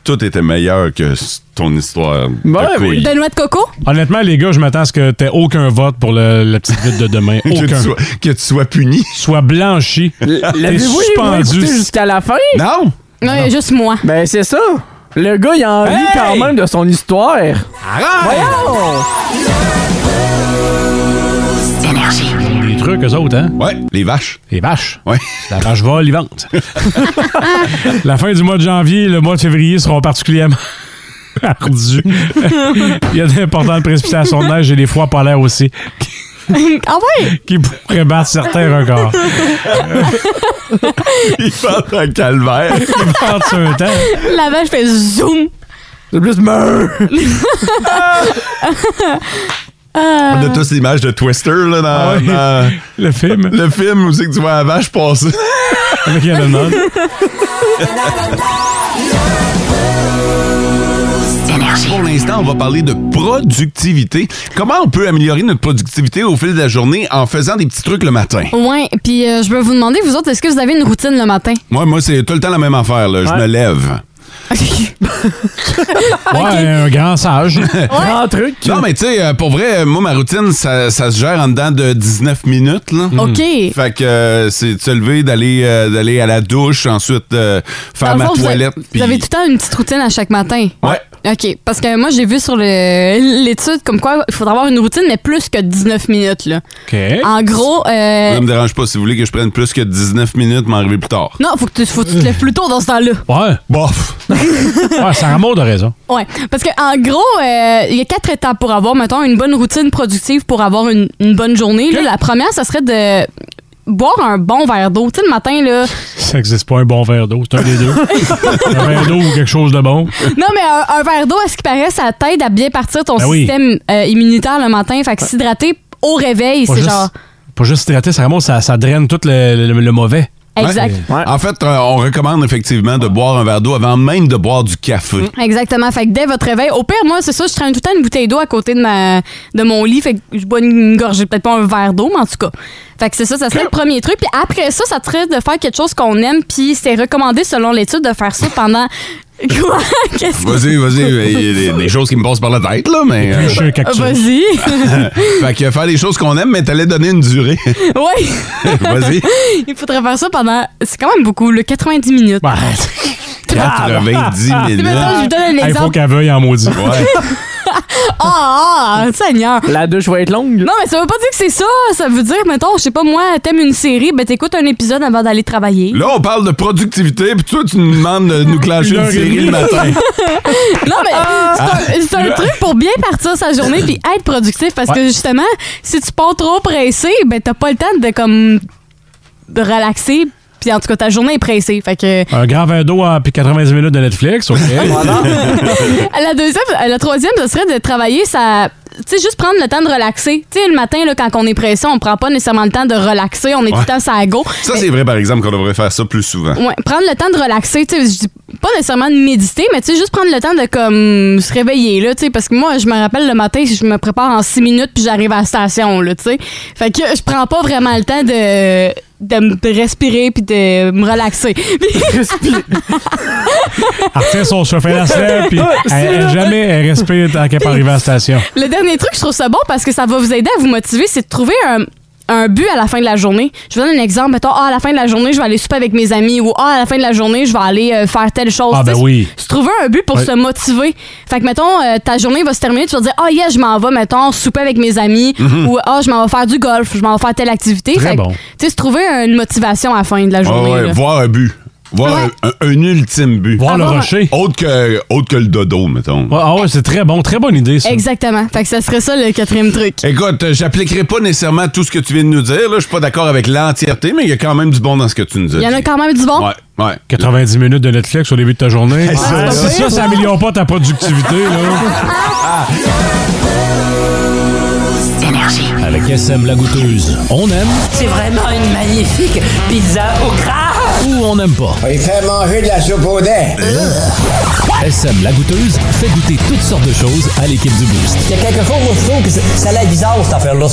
Speaker 2: Tout était meilleur que s- ton histoire
Speaker 4: Ouais,
Speaker 2: de
Speaker 4: mais-
Speaker 2: couille.
Speaker 5: De noix de coco?
Speaker 3: Honnêtement, les gars, je m'attends à ce que t'aies aucun vote pour le- la petite vite de demain.
Speaker 2: Que tu,
Speaker 3: Aucun.
Speaker 2: sois, que tu sois puni.
Speaker 3: Sois blanchi. T'es
Speaker 4: L'avez-vous écouté
Speaker 3: suspendu.
Speaker 4: jusqu'à la fin?
Speaker 2: Non!
Speaker 5: Non, il y a juste moi.
Speaker 4: Ben, c'est ça. Le gars, il en rit quand même de son histoire.
Speaker 2: Arrête!
Speaker 3: Les trucs, eux autres, hein?
Speaker 2: Ouais, les vaches.
Speaker 3: Les vaches.
Speaker 2: Ouais.
Speaker 3: La vache vole, ils vendent. la fin du mois de janvier et le mois de février seront particulièrement ardus. Il y a d'importantes précipitations de neige et des froids polaires aussi
Speaker 5: ah ouais?
Speaker 3: qui pourraient battre certains records.
Speaker 2: Ils vendent un calvaire.
Speaker 3: Ils partent sur un temps.
Speaker 5: La vache fait zoom.
Speaker 4: C'est plus meur.
Speaker 2: On a tous l'image de Twister là, dans,
Speaker 3: Ah oui.
Speaker 2: dans
Speaker 3: Le film
Speaker 2: le film où c'est que tu vois la vache passer.
Speaker 3: avec Elon Musk.
Speaker 2: Pour l'instant, on va parler de productivité. Comment on peut améliorer notre productivité au fil de la journée en faisant des petits trucs le matin?
Speaker 5: Ouais, puis euh, je veux vous demander, vous autres, est-ce que vous avez une routine le matin?
Speaker 2: Moi, moi c'est tout le temps la même affaire. là. Je
Speaker 4: Ouais.
Speaker 2: me lève. Hmm.
Speaker 3: Ouais, un grand sage.
Speaker 4: Grand truc.
Speaker 2: Non, mais tu sais, euh, pour vrai, euh, moi, ma routine, ça, ça se gère en dedans de 19 minutes. Là.
Speaker 5: OK.
Speaker 2: Fait que euh, c'est de se lever, d'aller euh, d'aller à la douche, ensuite euh, faire
Speaker 5: Dans le
Speaker 2: ma
Speaker 5: fond, vous avez-
Speaker 2: toilette.
Speaker 5: Vous,
Speaker 2: puis-
Speaker 5: avez tout le temps une petite routine à chaque matin.
Speaker 2: Ouais.
Speaker 5: OK. Parce que moi, j'ai vu sur le- l'étude comme quoi il faudrait avoir une routine, mais plus que 19 minutes. Là.
Speaker 3: OK.
Speaker 5: En gros, euh,
Speaker 2: Ça me dérange pas si vous voulez que je prenne plus que 19 minutes, m'arriver plus tard.
Speaker 5: non, faut que, tu, faut que tu te lèves plus tôt dans ce temps-là.
Speaker 3: Ouais.
Speaker 2: Bof!
Speaker 3: Ouais, Sarah Maud a raison.
Speaker 5: Ouais, parce que en gros, euh, il y a quatre étapes pour avoir, mettons, une bonne routine productive pour avoir une, une bonne journée. Là, la première, ça serait de boire un bon verre d'eau. Tu sais, le matin, là.
Speaker 3: Ça n'existe pas un bon verre d'eau. C'est un des deux. un verre d'eau ou quelque chose de bon.
Speaker 5: Non, mais un, un verre d'eau, à ce qui paraît, ça t'aide à bien partir ton
Speaker 3: Ben oui.
Speaker 5: système euh, immunitaire le matin. Fait que s'hydrater au réveil,
Speaker 3: Pas
Speaker 5: c'est
Speaker 3: juste-
Speaker 5: genre.
Speaker 3: Pas juste s'hydrater, Sarah Maud, ça, ça draine tout le, le- le mauvais.
Speaker 5: Exact.
Speaker 2: Ouais. En fait, euh, on recommande effectivement de boire un verre d'eau avant même de boire du café.
Speaker 5: Mm. Exactement. Fait que dès votre réveil, au pire, moi, c'est ça, je traîne tout le temps une bouteille d'eau à côté de, ma, de mon lit. Fait que je bois une gorgée, peut-être pas un verre d'eau, mais en tout cas. Fait que c'est ça, ça serait le premier truc. Puis après ça, ça serait de faire quelque chose qu'on aime. Puis c'est recommandé, selon l'étude, de faire ça pendant. Quoi? Qu'est-ce que.
Speaker 2: Vas-y, vas-y. Il y a des, des choses qui me passent par la tête, là, mais. euh,
Speaker 3: Éplucher un cactus.
Speaker 5: Ah, Vas-y.
Speaker 2: fait que faire des choses qu'on aime, mais t'allais donner une durée.
Speaker 5: oui.
Speaker 2: Vas-y.
Speaker 5: Il faudrait faire ça pendant. C'est quand même beaucoup, le 90 minutes.
Speaker 3: Ben,
Speaker 5: Tu
Speaker 2: 90 minutes.
Speaker 5: sais, Ah, mettons, je vous donne un
Speaker 3: Ah, il faut
Speaker 5: exemple.
Speaker 3: qu'elle veuille en maudit.
Speaker 2: Ouais.
Speaker 5: Ah, ah, Seigneur.
Speaker 4: La douche va être longue.
Speaker 5: Non, mais ça veut pas dire que c'est ça. Ça veut dire, mettons, je sais pas, moi, t'aimes une série, ben t'écoutes un épisode avant d'aller travailler.
Speaker 2: Là, on parle de productivité, puis toi, tu nous demandes de nous clencher
Speaker 3: Une
Speaker 2: une
Speaker 3: heure et
Speaker 2: série
Speaker 3: demie.
Speaker 2: le matin.
Speaker 5: Non, mais c'est un- c'est un, truc pour bien partir sa journée puis être productif parce que justement, si tu pars trop pressé, ben t'as pas le temps de comme de relaxer. Puis en tout cas, ta journée est pressée. Fait que
Speaker 3: Un grand verre d'eau à- puis 90 minutes de Netflix, OK.
Speaker 5: la deuxième, la troisième, ce serait de travailler sa tu sais, juste prendre le temps de relaxer. Tu sais, le matin, là, quand on est pressé, on prend pas nécessairement le temps de relaxer. On est tout le temps ça go.
Speaker 2: Ça, c'est vrai, par exemple, qu'on devrait faire ça plus souvent.
Speaker 5: Ouais, prendre le temps de relaxer, tu sais, je dis pas nécessairement de méditer, mais tu sais, juste prendre le temps de comme se réveiller, là, tu sais, parce que moi, je me rappelle le matin, je me prépare en six minutes puis j'arrive à la station, là, tu sais. Fait que je prends pas vraiment le temps de, de me respirer puis de me relaxer.
Speaker 3: Après, son chauffeur la selle, puis elle, elle jamais elle respire tant qu'elle pas arrivée à la station.
Speaker 5: Le dernier truc, je trouve ça bon parce que ça va vous aider à vous motiver, c'est de trouver un un but à la fin de la journée. Je vous donne un exemple. Mettons, ah, à la fin de la journée, je vais aller souper avec mes amis ou ah, à la fin de la journée, je vais aller euh, faire telle chose.
Speaker 3: Ah,
Speaker 5: Tu sais,
Speaker 3: ben oui.
Speaker 5: se trouver un but pour
Speaker 3: Ouais.
Speaker 5: se motiver. Fait que, mettons, euh, ta journée va se terminer, tu vas dire, ah, yeah, je m'en vais, mettons, souper avec mes amis, ou ah, je m'en vais faire du golf, je m'en vais faire telle activité.
Speaker 3: Très
Speaker 5: Fait que,
Speaker 3: bon.
Speaker 5: Tu sais, se trouver une motivation à la fin de la
Speaker 2: Ouais,
Speaker 5: journée.
Speaker 2: ouais,
Speaker 5: là.
Speaker 2: voir un but. Voir
Speaker 5: Ouais.
Speaker 2: un, un- un ultime but.
Speaker 3: Voir le
Speaker 5: Avoir un-
Speaker 3: rocher.
Speaker 2: Autre que, autre que le dodo, mettons.
Speaker 3: Ouais, Ah ouais, c'est très bon, très bonne idée, ça.
Speaker 5: Exactement. Fait que ça serait ça le quatrième truc.
Speaker 2: Écoute, euh, j'appliquerai pas nécessairement tout ce que tu viens de nous dire. Là. Je suis pas d'accord avec l'entièreté, mais il y a quand même du bon dans ce que tu nous dis.
Speaker 5: Il y en a quand même du bon.
Speaker 2: Ouais, ouais.
Speaker 3: 90 minutes de Netflix au début de ta journée.
Speaker 2: ça,
Speaker 3: si ça, ça améliore pas ta productivité, là.
Speaker 1: Avec SM la goûteuse, on aime
Speaker 9: C'est vraiment une magnifique pizza au gras.
Speaker 1: ou on n'aime pas.
Speaker 6: On lui fait manger de la soupe au dent.
Speaker 1: SM la goûteuse fait goûter toutes sortes de choses à l'équipe du Boost.
Speaker 9: Il y a quelque chose où je trouve que c'est- ça a l'air bizarre, cette affaire-là.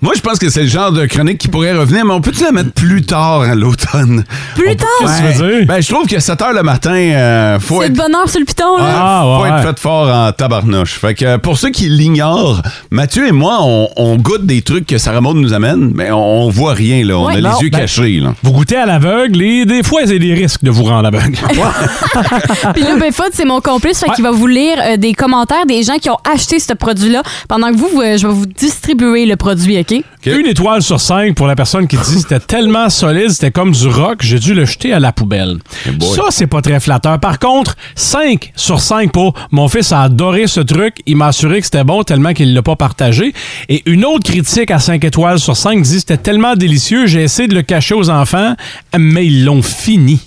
Speaker 2: Moi, je pense que c'est le genre de chronique qui pourrait revenir, mais on peut-tu la mettre plus tard à l'automne?
Speaker 5: Plus tard,
Speaker 3: Qu'est-ce que tu veux dire?
Speaker 2: Ben, je trouve que 7 h le matin, euh, faut
Speaker 5: c'est de
Speaker 2: être.
Speaker 5: bonheur sur le piton, là.
Speaker 3: Ah,
Speaker 2: faut
Speaker 3: ouais,
Speaker 2: être
Speaker 3: ouais.
Speaker 2: fait fort en tabarnouche. Fait que euh, pour ceux qui l'ignorent, Mathieu et moi, on, on goûte des trucs que Sarah Maud nous amène, mais on, on voit rien, là. On
Speaker 5: Ouais,
Speaker 2: a
Speaker 5: non,
Speaker 2: les yeux
Speaker 3: ben-
Speaker 2: cachés, là.
Speaker 3: Vous goûtez à l'aveugle et des fois, il y a des risques de vous rendre aveugle.
Speaker 5: Puis là, ben, Fod, c'est mon complice, fait qu'il va vous lire euh, des commentaires des gens qui ont acheté ce produit-là pendant que vous, vous, euh, je vais vous distribuer le produit, OK?
Speaker 2: Ok.
Speaker 3: Une étoile sur cinq pour la personne qui dit c'était tellement solide, c'était comme du rock, j'ai dû le jeter à la poubelle.
Speaker 2: Eh boy.
Speaker 3: ça, c'est pas très flatteur. Par contre, 5 sur 5 pour mon fils a adoré ce truc, il m'a assuré que c'était bon tellement qu'il l'a pas partagé. Et une autre critique à 5 étoiles sur 5 dit c'était tellement délicieux, j'ai essayé de le cacher aux enfants, mais ils l'ont fini.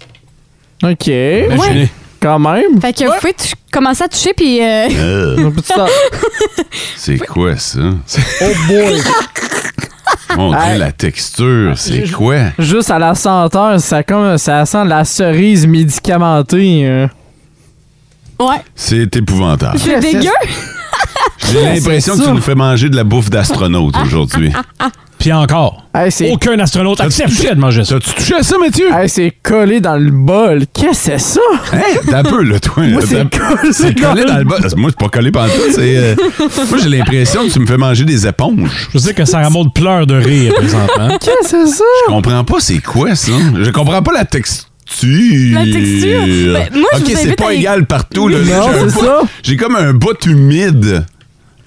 Speaker 4: OK.
Speaker 3: Imaginez.
Speaker 4: Quand même.
Speaker 5: Fait que vous pouvez tu- commencer à toucher, puis... euh,
Speaker 4: Un petit temps.
Speaker 2: C'est quoi ça? Mon Dieu,
Speaker 4: Hey.
Speaker 2: la texture, c'est quoi?
Speaker 4: Juste à la senteur, ça, comme, ça sent la cerise médicamentée. euh.
Speaker 5: Ouais,
Speaker 2: C'est épouvantable.
Speaker 5: c'est
Speaker 4: Yes, yes.
Speaker 5: dégueu.
Speaker 2: J'ai l'impression que tu nous fais manger de la bouffe d'astronaute aujourd'hui.
Speaker 3: Puis encore,
Speaker 4: Hey, c'est
Speaker 2: Oh,
Speaker 3: aucun astronaute accepterait de manger ça.
Speaker 2: T'as-tu touché à ça, Mathieu?
Speaker 4: hey, c'est collé dans le bol. Qu'est-ce que c'est ça?
Speaker 2: Hey, Hein? t'as un peu, là, toi.
Speaker 4: Moi,
Speaker 2: là,
Speaker 4: c'est
Speaker 2: t'as-
Speaker 4: collé,
Speaker 2: Euh, ben, C'est collé dans le bas. Moi, c'est pas collé pantoute. C'est, euh, Moi, j'ai l'impression que tu me fais manger des éponges.
Speaker 3: Je sais que Sarah Maud pleure de rire hein. présentement.
Speaker 4: Qu'est-ce que c'est ça?
Speaker 2: Je comprends pas c'est quoi, ça. Je comprends pas la texture.
Speaker 5: La texture. Ben, moi, je
Speaker 2: OK,
Speaker 5: vous
Speaker 2: c'est
Speaker 5: invite
Speaker 2: pas
Speaker 5: à y-
Speaker 2: égal partout. là.
Speaker 4: Oui,
Speaker 2: J'ai
Speaker 4: non,
Speaker 2: un
Speaker 4: c'est
Speaker 2: bout-
Speaker 4: ça.
Speaker 2: J'ai comme un bout humide.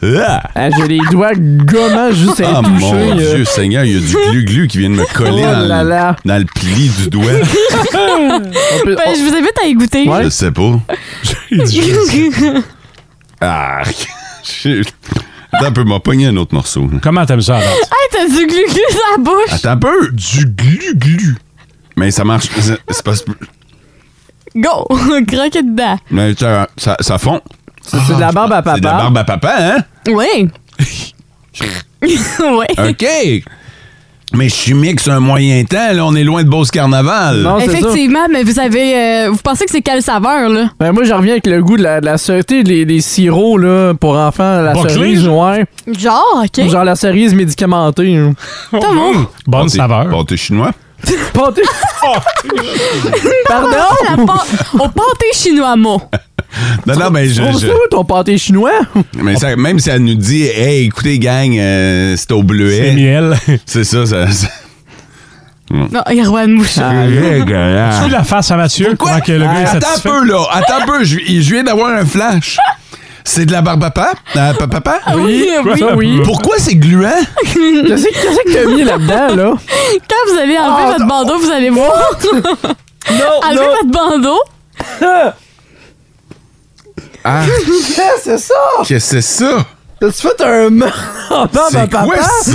Speaker 2: Ah!
Speaker 4: Hey, J'ai les doigts gommants juste à
Speaker 2: Ah
Speaker 4: y toucher.
Speaker 2: mon
Speaker 4: euh.
Speaker 2: Dieu, Seigneur, il y a du glu-glu qui vient de me coller
Speaker 4: Oh
Speaker 2: dans,
Speaker 4: là
Speaker 2: le-
Speaker 4: là.
Speaker 2: dans le pli du doigt.
Speaker 4: On peut-
Speaker 5: Ben, je vous invite à y goûter.
Speaker 4: Ouais.
Speaker 2: Je sais pas.
Speaker 3: Il dit, je sais.
Speaker 2: Ah, j'ai- Attends un peu, m'a pogné un autre morceau.
Speaker 3: Comment t'aimes ça, Adam?
Speaker 5: Hey, t'as du glu glu dans la
Speaker 4: Ah.
Speaker 5: bouche.
Speaker 2: Attends un peu. Du glu-glu. Mais ça marche. c'est- C'est pas...
Speaker 5: Go, croquez dedans.
Speaker 2: Mais ça, ça, ça fond.
Speaker 4: C'est c'est de la barbe à
Speaker 2: Ah, C'est de la
Speaker 4: papa.
Speaker 2: barbe à papa, hein?
Speaker 4: Ah,
Speaker 5: Oui. oui.
Speaker 2: OK. Mais chimique, c'est un moyen temps. Là, on est loin de Beauce Carnaval.
Speaker 4: Non, c'est ça.
Speaker 5: Effectivement, mais vous avez. euh, vous pensez que c'est quelle saveur, là?
Speaker 4: Ben, moi, je reviens avec le goût de la, de la cerise, tu sais, les, les sirops là, pour enfants, la
Speaker 3: Buckley?
Speaker 4: cerise, ouais.
Speaker 5: Genre, OK.
Speaker 4: Ou genre la cerise médicamentée. hein.
Speaker 5: Tout le monde.
Speaker 3: Bonne
Speaker 2: Bon, Ah! t'es-
Speaker 3: saveur.
Speaker 2: Bon, t'es chinois.
Speaker 4: Pâté-
Speaker 2: Oh,
Speaker 5: Ah, la
Speaker 4: Pardon?
Speaker 5: pâ- Au pâté chinois mot.
Speaker 2: Non, non, mais je.
Speaker 4: Trouve
Speaker 2: je-
Speaker 4: ça où, ton pâté chinois?
Speaker 2: mais ça- même si elle nous dit, hey, écoutez, gang, euh, c'est au
Speaker 3: C'est
Speaker 2: bleuet.
Speaker 3: miel. Tu
Speaker 2: C'est ça, ça. ça-
Speaker 5: Non, Erwan Mouchard.
Speaker 4: Ah.
Speaker 3: fais la face à Mathieu pendant que le gars est
Speaker 2: Attends un
Speaker 3: satisfait.
Speaker 2: peu, là. Attends un peu. Je je viens d'avoir un flash. C'est de la barbe à papa? à pa- papa?
Speaker 5: Ah Oui, oui.
Speaker 4: Ça, oui.
Speaker 2: Pourquoi c'est gluant?
Speaker 4: Qu'est-ce que qu'est-ce que t'as mis là-dedans, là?
Speaker 5: Quand vous allez
Speaker 4: Ah,
Speaker 5: enlever votre bandeau, vous
Speaker 4: Oh,
Speaker 5: allez voir.
Speaker 4: Non,
Speaker 5: Enlevez votre bandeau.
Speaker 2: Ah,
Speaker 4: Qu'est-ce que c'est ça?
Speaker 2: qu'est-ce que c'est ça?
Speaker 4: T'as-tu fait un meurtre en
Speaker 2: C'est
Speaker 4: bah, papa?
Speaker 2: quoi ça?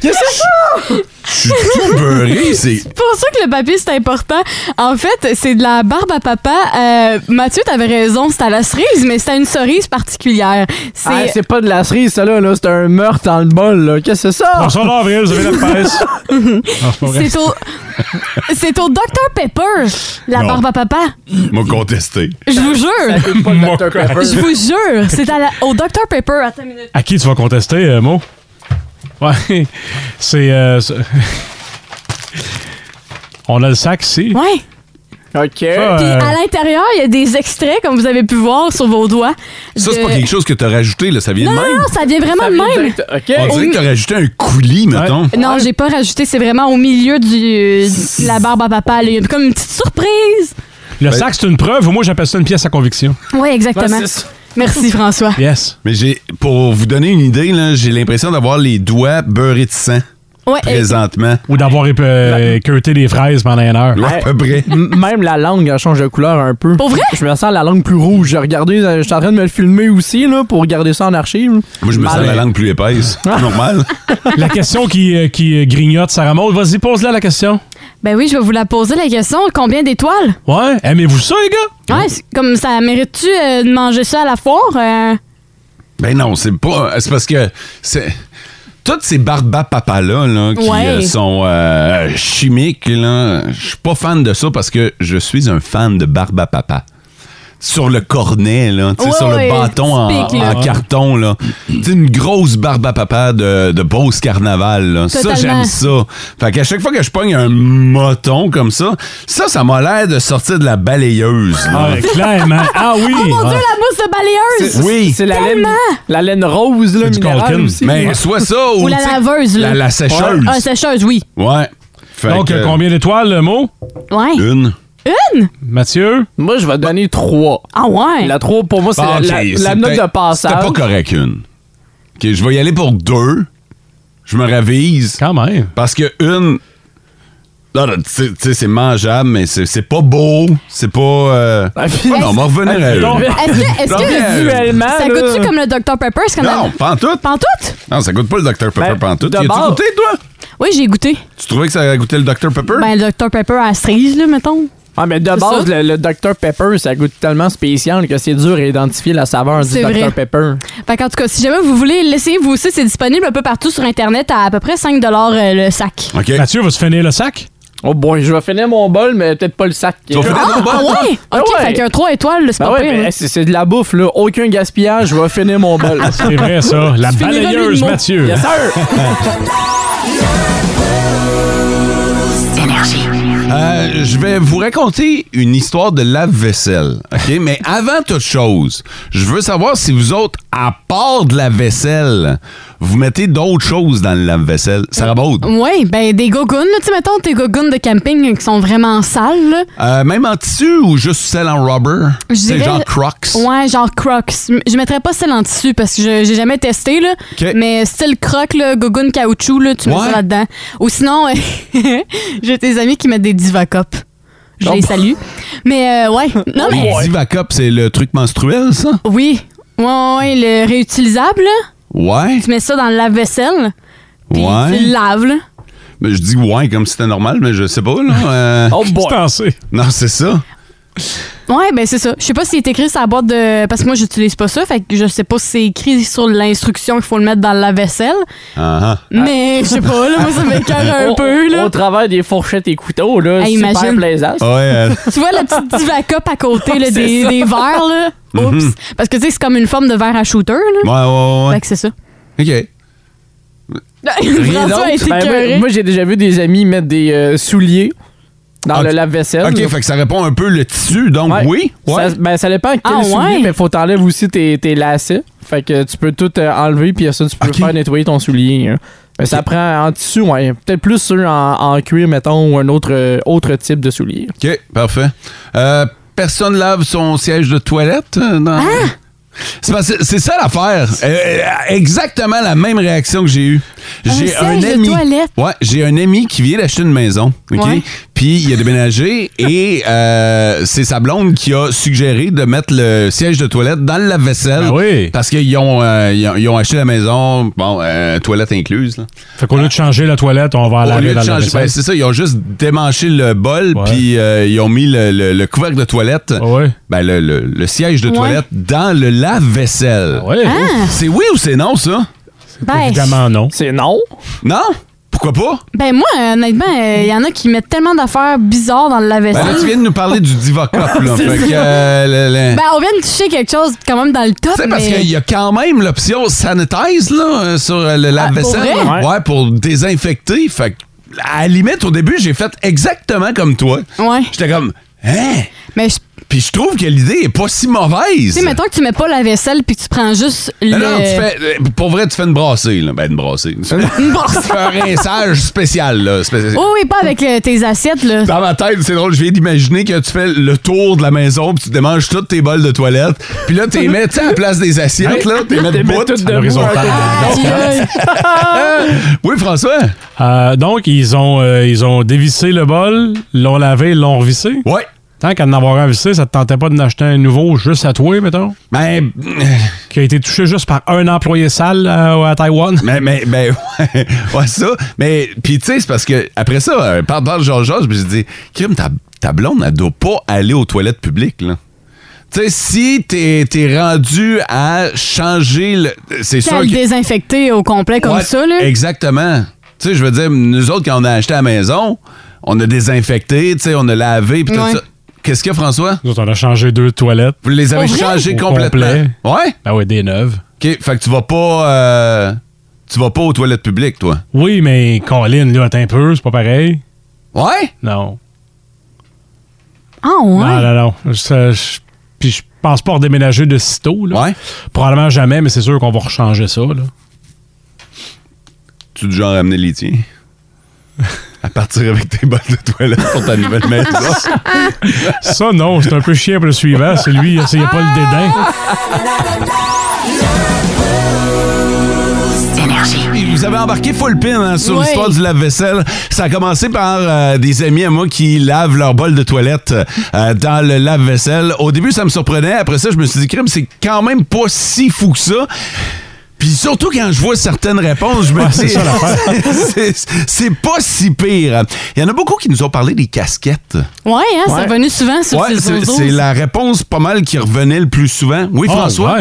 Speaker 4: Qu'est-ce que c'est ça?
Speaker 2: Je suis tout beurré. C'est.
Speaker 5: pour ça que le papier, c'est important. En fait, c'est de la barbe à papa. Euh, Mathieu, t'avais raison, c'était à la cerise, mais c'était une cerise particulière. C'est
Speaker 4: Ah, C'est pas de la cerise, ça, là. là. C'est un meurtre dans le bol, là. Qu'est-ce que c'est ça?
Speaker 3: Bonsoir d'avril, vous avez la presse. Non, c'est pas vrai.
Speaker 5: c'est au... c'est au Dr Pepper, la
Speaker 2: Non.
Speaker 5: barbe à papa.
Speaker 2: M'a contesté.
Speaker 5: Je vous
Speaker 4: C'est
Speaker 5: jure.
Speaker 4: pas le Dr. Pepper.
Speaker 5: Je vous jure, c'est à la- au Dr Pepper. Attends une minute.
Speaker 3: À qui tu vas contester, euh, Mo? Ouais. C'est. euh, c'est- On a le sac ici.
Speaker 5: Ouais.
Speaker 4: OK.
Speaker 5: Puis
Speaker 3: Euh,
Speaker 5: à l'intérieur, il y a des extraits, comme vous avez pu voir sur vos doigts.
Speaker 2: Ça, c'est
Speaker 5: de-
Speaker 2: pas quelque chose que t'as rajouté, là. Ça vient
Speaker 5: Non,
Speaker 2: de
Speaker 5: non,
Speaker 2: même?
Speaker 5: non, ça vient vraiment
Speaker 4: Ça
Speaker 5: de
Speaker 4: vient
Speaker 5: même.
Speaker 4: direct-
Speaker 2: On
Speaker 4: OK.
Speaker 2: dirait que t'as rajouté un coulis, mettons.
Speaker 5: Non, j'ai pas rajouté, c'est vraiment au milieu du, de la barbe à papa. là. Il y a comme une petite surprise.
Speaker 3: le sac, c'est une preuve. ou Moi, j'appelle ça une pièce à conviction.
Speaker 5: Oui, exactement.
Speaker 4: Ben, c'est-
Speaker 5: Merci François.
Speaker 3: Yes.
Speaker 2: Mais j'ai, pour vous donner une idée, là, j'ai l'impression d'avoir les doigts beurrés de sang
Speaker 5: Ouais, et-
Speaker 2: présentement.
Speaker 3: Ou d'avoir ép- euh, équeuté des fraises pendant une heure.
Speaker 2: Ouais, à peu près.
Speaker 4: M- Même la langue, elle change de couleur un peu.
Speaker 5: Pour vrai?
Speaker 4: Je me sens la langue plus rouge. J'ai regardé, euh, je suis en train de me le filmer aussi, là, pour garder ça en archive. Ah,
Speaker 2: Moi, je me sens
Speaker 4: Malin.
Speaker 2: la langue plus épaisse.
Speaker 5: Ah.
Speaker 2: Normal.
Speaker 3: La question qui, euh, qui euh, grignote, Sarah Maud, vas-y, pose-la la question.
Speaker 5: Ben oui, je vais vous la poser la question. Combien d'étoiles?
Speaker 3: Ouais, aimez-vous ça, les gars?
Speaker 2: Mmh.
Speaker 5: Ouais, c'est comme ça, mérites-tu euh, de manger ça à la foire? Euh,
Speaker 2: Ben non, c'est pas. C'est parce que. C'est, toutes ces barbapapas-là, là, qui
Speaker 5: Ouais.
Speaker 2: euh, sont euh, chimiques, là, je suis pas fan de ça parce que je suis un fan de barbapapa. Sur le cornet, là, tu sais,
Speaker 5: Ouais,
Speaker 2: sur
Speaker 5: ouais,
Speaker 2: le bâton en,
Speaker 5: typique, là.
Speaker 2: en carton, là. Tu sais, une grosse barbapapa de, de Beauce Carnaval, là. Ça,
Speaker 5: Totalement.
Speaker 2: j'aime ça. Fait qu'à chaque fois que je pogne un moton comme ça, ça, ça m'a l'air de sortir de la balayeuse, là.
Speaker 3: Ah, clairement. Ah oui!
Speaker 5: Oh Mon
Speaker 3: Ah.
Speaker 5: Dieu, la mousse de balayeuse!
Speaker 2: Oui.
Speaker 4: C'est la laine, la laine rose, là,
Speaker 3: du
Speaker 4: minérale
Speaker 3: Colkin.
Speaker 4: aussi.
Speaker 2: Mais soit ça ou,
Speaker 5: Ou la
Speaker 2: tu sais,
Speaker 5: laveuse, là.
Speaker 2: La, la sécheuse.
Speaker 5: Ah, sécheuse, oui.
Speaker 2: Ouais. Fait
Speaker 3: Donc,
Speaker 2: que-
Speaker 3: euh, combien d'étoiles, le mot?
Speaker 5: Ouais.
Speaker 2: Une.
Speaker 5: Une?
Speaker 3: Mathieu?
Speaker 4: Moi, je vais donner 3.
Speaker 5: Ah ouais.
Speaker 4: La 3, pour moi, c'est
Speaker 2: Ah,
Speaker 4: la-
Speaker 2: ok,
Speaker 4: la, la
Speaker 2: c'était-
Speaker 4: note de passage.
Speaker 2: C'était pas correct, une. OK, je vais y aller pour deux. Je me ravise.
Speaker 3: Quand même.
Speaker 2: Parce que une... Non, non, tu sais- tu sais, c'est mangeable, mais c'est c'est pas beau. C'est pas... euh,
Speaker 4: Ah, puis-
Speaker 2: Non, on va revenir à
Speaker 3: donc-
Speaker 2: une.
Speaker 5: Est-ce que, est-ce
Speaker 2: Non,
Speaker 5: que
Speaker 2: mais-
Speaker 4: Visuellement, là-
Speaker 5: ça goûte-tu comme le Dr Pepper? C'est comme
Speaker 2: Non,
Speaker 5: la-
Speaker 2: pas en tout.
Speaker 5: Pantoute?
Speaker 2: Non, ça goûte pas le Dr Pepper
Speaker 4: Ben,
Speaker 2: pas en tout.
Speaker 4: de
Speaker 2: Y
Speaker 4: bord-
Speaker 2: a-tu goûté, toi?
Speaker 5: Oui, j'ai goûté.
Speaker 2: Tu trouvais que ça goûtait le Dr Pepper?
Speaker 5: Ben, le Dr Pepper à la cerise, là, mettons.
Speaker 4: Ah, mais de base, le,
Speaker 5: ça.
Speaker 4: le Dr Pepper, ça goûte tellement spécial que c'est dur à identifier la saveur du
Speaker 5: C'est
Speaker 4: Dr
Speaker 5: vrai.
Speaker 4: Pepper.
Speaker 5: Fait qu'en tout cas, si jamais vous voulez l'essayer vous aussi, c'est disponible un peu partout sur Internet à à peu près 5 euh, le sac.
Speaker 2: OK.
Speaker 3: Mathieu, vas-tu finir le sac?
Speaker 4: Oh boy, je vais finir mon bol, mais peut-être pas le sac.
Speaker 2: Tu vas finir ton bol?
Speaker 5: Ah ouais? OK,
Speaker 4: Ah ouais.
Speaker 5: fait qu'un 3 étoiles, c'est
Speaker 4: Ben
Speaker 5: pas
Speaker 4: ouais,
Speaker 5: pire. hein?
Speaker 4: mais, hey, c'est c'est de la bouffe, là. Aucun gaspillage, je vais finir mon bol.
Speaker 3: C'est vrai, ça. La
Speaker 5: finiras lui
Speaker 3: balayeuse,
Speaker 5: le mot.
Speaker 3: Mathieu.
Speaker 4: yes, sir!
Speaker 2: Euh, je vais vous raconter une histoire de lave-vaisselle, OK? Mais avant toute chose, je veux savoir si vous autres, à part de la vaisselle, vous mettez d'autres choses dans le lave-vaisselle. Sarah Baud,
Speaker 5: Oui, ben des gogoons, là, tu sais, mettons tes gogoons de camping euh, qui sont vraiment sales, là.
Speaker 2: euh, même en tissu ou juste celle en rubber?
Speaker 5: Je
Speaker 2: C'est
Speaker 5: dirais-
Speaker 2: genre Crocs.
Speaker 5: Ouais, genre crocs. M- Je mettrais pas celle en tissu parce que je- j'ai jamais testé, là.
Speaker 2: OK.
Speaker 5: Mais style croc, là, gogoon caoutchouc, là, tu mets
Speaker 2: Ouais.
Speaker 5: ça là-dedans. Ou sinon, j'ai tes amis qui mettent des divacop. Je les salue. Mais euh, ouais, non mais...
Speaker 2: Les Divacop, c'est le truc menstruel, ça?
Speaker 5: Oui, ouais, ouais, ouais, le réutilisable, là.
Speaker 2: Ouais.
Speaker 5: Tu mets ça dans le lave-vaisselle, puis
Speaker 2: Ouais.
Speaker 5: tu le laves, là.
Speaker 2: Mais Je dis ouais comme si c'était normal, mais je sais pas, là. Euh,
Speaker 4: Oh
Speaker 3: Qu'est-ce que
Speaker 4: boy!
Speaker 3: t'en sais?
Speaker 2: Non, c'est ça.
Speaker 5: Ouais, ben c'est ça. Je sais pas si c'est écrit sur la boîte de. Parce que moi, j'utilise pas ça. Fait que je sais pas si c'est écrit sur l'instruction qu'il faut le mettre dans la vaisselle.
Speaker 2: Ah, ah.
Speaker 5: Mais je sais pas, là, moi, ça m'écœure un
Speaker 4: On-
Speaker 5: peu, là.
Speaker 4: Au travers des fourchettes et couteaux, là,
Speaker 5: Hey,
Speaker 4: super
Speaker 5: imagine.
Speaker 4: plaisant.
Speaker 2: Ouais, euh,
Speaker 5: Tu vois la petite divacup à côté là, des, des verres, là. Oups. Parce que, tu sais, c'est comme une forme de verre à shooter, là.
Speaker 2: ouais, Mm-hmm. ouais, ouais.
Speaker 5: Fait que c'est ça.
Speaker 2: OK.
Speaker 5: François a été
Speaker 4: Ben, moi,
Speaker 5: écœuré.
Speaker 4: moi, j'ai déjà vu des amis mettre des euh, souliers dans
Speaker 2: Ah,
Speaker 4: le
Speaker 2: tu-
Speaker 4: lave-vaisselle.
Speaker 2: OK, fait que ça répond un peu le tissu, donc
Speaker 4: Ouais.
Speaker 2: oui. Ouais.
Speaker 4: Ça, ben, ça dépend quel
Speaker 5: Ah,
Speaker 4: soulier,
Speaker 5: ouais?
Speaker 4: mais faut t'enlèves aussi tes, tes lacets. Fait que tu peux tout euh, enlever, puis ça, tu peux
Speaker 2: Ok.
Speaker 4: faire nettoyer ton soulier. hein. Mais ça prend en tissu, ouais. Peut-être plus ceux en, en cuir, mettons, ou un autre, euh, autre type de soulier.
Speaker 2: OK, parfait. Euh, personne lave son siège de toilette? euh, dans-
Speaker 5: Hein?
Speaker 2: C'est parce que- C'est ça l'affaire. Euh, euh, exactement la même réaction que j'ai eue. J'ai
Speaker 5: siège de toilette.
Speaker 2: Ouais, j'ai un ami qui vient d'acheter une maison. OK?
Speaker 5: Ouais.
Speaker 2: Puis il a déménagé et euh, c'est sa blonde qui a suggéré de mettre le siège de toilette dans le lave-vaisselle.
Speaker 3: Ben oui.
Speaker 2: Parce qu'ils ont, euh, ils ont, ils ont acheté la maison, bon, euh, toilette incluse. là.
Speaker 3: Fait qu'au lieu de changer la toilette, on va la
Speaker 2: Au lieu
Speaker 3: laver
Speaker 2: de
Speaker 3: dans la
Speaker 2: changer, ben,
Speaker 3: vaisselle.
Speaker 2: c'est ça, ils ont juste démanché le bol,
Speaker 3: Ouais.
Speaker 2: puis euh, ils ont mis le, le- le couvercle de toilette,
Speaker 3: Ah ouais.
Speaker 2: ben, le, le- le siège de
Speaker 5: Ouais.
Speaker 2: toilette dans le lave-vaisselle.
Speaker 3: Ah ouais.
Speaker 2: C'est oui ou c'est non, ça?
Speaker 5: Ben,
Speaker 3: Évidemment non.
Speaker 4: C'est non.
Speaker 2: Non? Pourquoi pas?
Speaker 5: ben, moi, honnêtement, il y en a qui mettent tellement d'affaires bizarres dans le
Speaker 2: Ben, là, tu
Speaker 5: lave-vaisselle.
Speaker 2: viens de nous parler du Divocop, là.
Speaker 5: C'est
Speaker 2: fait
Speaker 5: ça.
Speaker 2: que, euh, le- le-
Speaker 5: Ben, on vient de toucher quelque chose quand même dans le top,
Speaker 2: Tu sais,
Speaker 5: mais...
Speaker 2: parce qu'il y a quand même l'option sanitize, là, euh, sur euh, le lave-vaisselle.
Speaker 5: Ah, pour
Speaker 4: vrai?
Speaker 2: ouais, pour désinfecter. Fait que, à la limite, au début, j'ai fait exactement comme toi.
Speaker 5: Ouais.
Speaker 2: J'étais comme, hein?
Speaker 5: Mais je-
Speaker 2: Puis je trouve que l'idée est pas si mauvaise.
Speaker 5: tu sais, mettons que tu mets pas la vaisselle puis que tu prends juste le...
Speaker 2: Non, non, tu fais. euh, Pour vrai, tu fais une brassée, là. Ben, une brassée. Tu fais
Speaker 5: Une brosse.
Speaker 2: tu fais un rinçage spécial, là. spécial.
Speaker 5: Oh oui, pas avec euh, tes assiettes, là.
Speaker 2: Dans ma tête, c'est drôle, je viens d'imaginer que tu fais le tour de la maison, puis tu démanges toutes tes bols de toilette, puis là, tu les mets, tu sais, à la place des assiettes, là, tu les mets
Speaker 4: T'es
Speaker 2: de
Speaker 4: mis
Speaker 2: Ben, bout.
Speaker 4: tout
Speaker 3: à
Speaker 4: debout.
Speaker 3: l'horizontale.
Speaker 5: Aïe, aïe.
Speaker 2: Oui, François?
Speaker 3: Euh, donc, ils ont, euh, ils ont dévissé le bol, l'ont lavé, l'ont revissé.
Speaker 2: Ouais.
Speaker 3: Tant qu'à en avoir un vissé, ça te tentait pas de n'acheter un nouveau juste à toi, mettons,
Speaker 2: Ben,
Speaker 3: qui a été touché juste par un employé sale euh, à Taïwan.
Speaker 2: mais, mais, mais, ouais, ouais, ça. Mais, puis tu sais, c'est parce que, après ça, euh, par dans le Georges, puis je dis, Crime, ta, ta blonde, elle doit pas aller aux toilettes publiques, là. Tu sais, si t'es t'es rendu à changer le. C'est sûr
Speaker 5: Qu'à
Speaker 2: que.
Speaker 5: le désinfecter au complet comme
Speaker 2: Ouais,
Speaker 5: ça, là.
Speaker 2: Exactement. Tu sais, je veux dire, nous autres, quand on a acheté à la maison, on a désinfecté, tu sais, on a lavé, puis tout
Speaker 5: Ouais.
Speaker 2: ça. Qu'est-ce qu'il y a, François?
Speaker 3: Nous autres, on a changé deux toilettes.
Speaker 2: Vous les avez
Speaker 5: Pour vrai?
Speaker 2: changés
Speaker 3: Au
Speaker 2: complètement.
Speaker 3: complet.
Speaker 2: Ouais?
Speaker 3: Ben ouais, des neuves.
Speaker 2: OK. Fait que tu vas pas. euh, tu vas pas aux toilettes publiques, toi.
Speaker 3: Oui, mais Colin, là, attends un peu, c'est pas pareil.
Speaker 2: Ouais?
Speaker 3: Non.
Speaker 5: Ah ouais?
Speaker 2: Bah,
Speaker 3: Non, non, non. Je- je- Puis je pense pas redéménager de sitôt, là.
Speaker 2: Ouais.
Speaker 3: Probablement jamais, mais c'est sûr qu'on va rechanger ça, là.
Speaker 2: Tu es du genre à amener les tiens? À partir avec tes bols de toilette pour ta nouvelle maison.
Speaker 3: Ça, non, c'est un peu chiant pour le suivant. C'est lui, il n'y a pas
Speaker 2: Ah!
Speaker 3: le dédain.
Speaker 2: Vous avez embarqué full pin hein, sur
Speaker 5: Ouais.
Speaker 2: l'histoire du lave-vaisselle. Ça a commencé par euh, des amis à moi qui lavent leur bol de toilette euh, dans le lave-vaisselle. Au début, ça me surprenait. Après ça, je me suis dit, crime, c'est quand même pas si fou que ça. Puis surtout quand je vois certaines réponses, je me dis, c'est- c'est pas si pire. Il y en a beaucoup qui nous ont parlé des casquettes.
Speaker 5: Ouais, hein, c'est
Speaker 4: Ouais.
Speaker 5: revenu souvent sur
Speaker 2: Ouais,
Speaker 5: ces
Speaker 2: c'est
Speaker 5: réseaux.
Speaker 2: c'est la réponse pas mal qui revenait le plus souvent. Oui,
Speaker 3: Oh,
Speaker 2: François?
Speaker 3: ouais.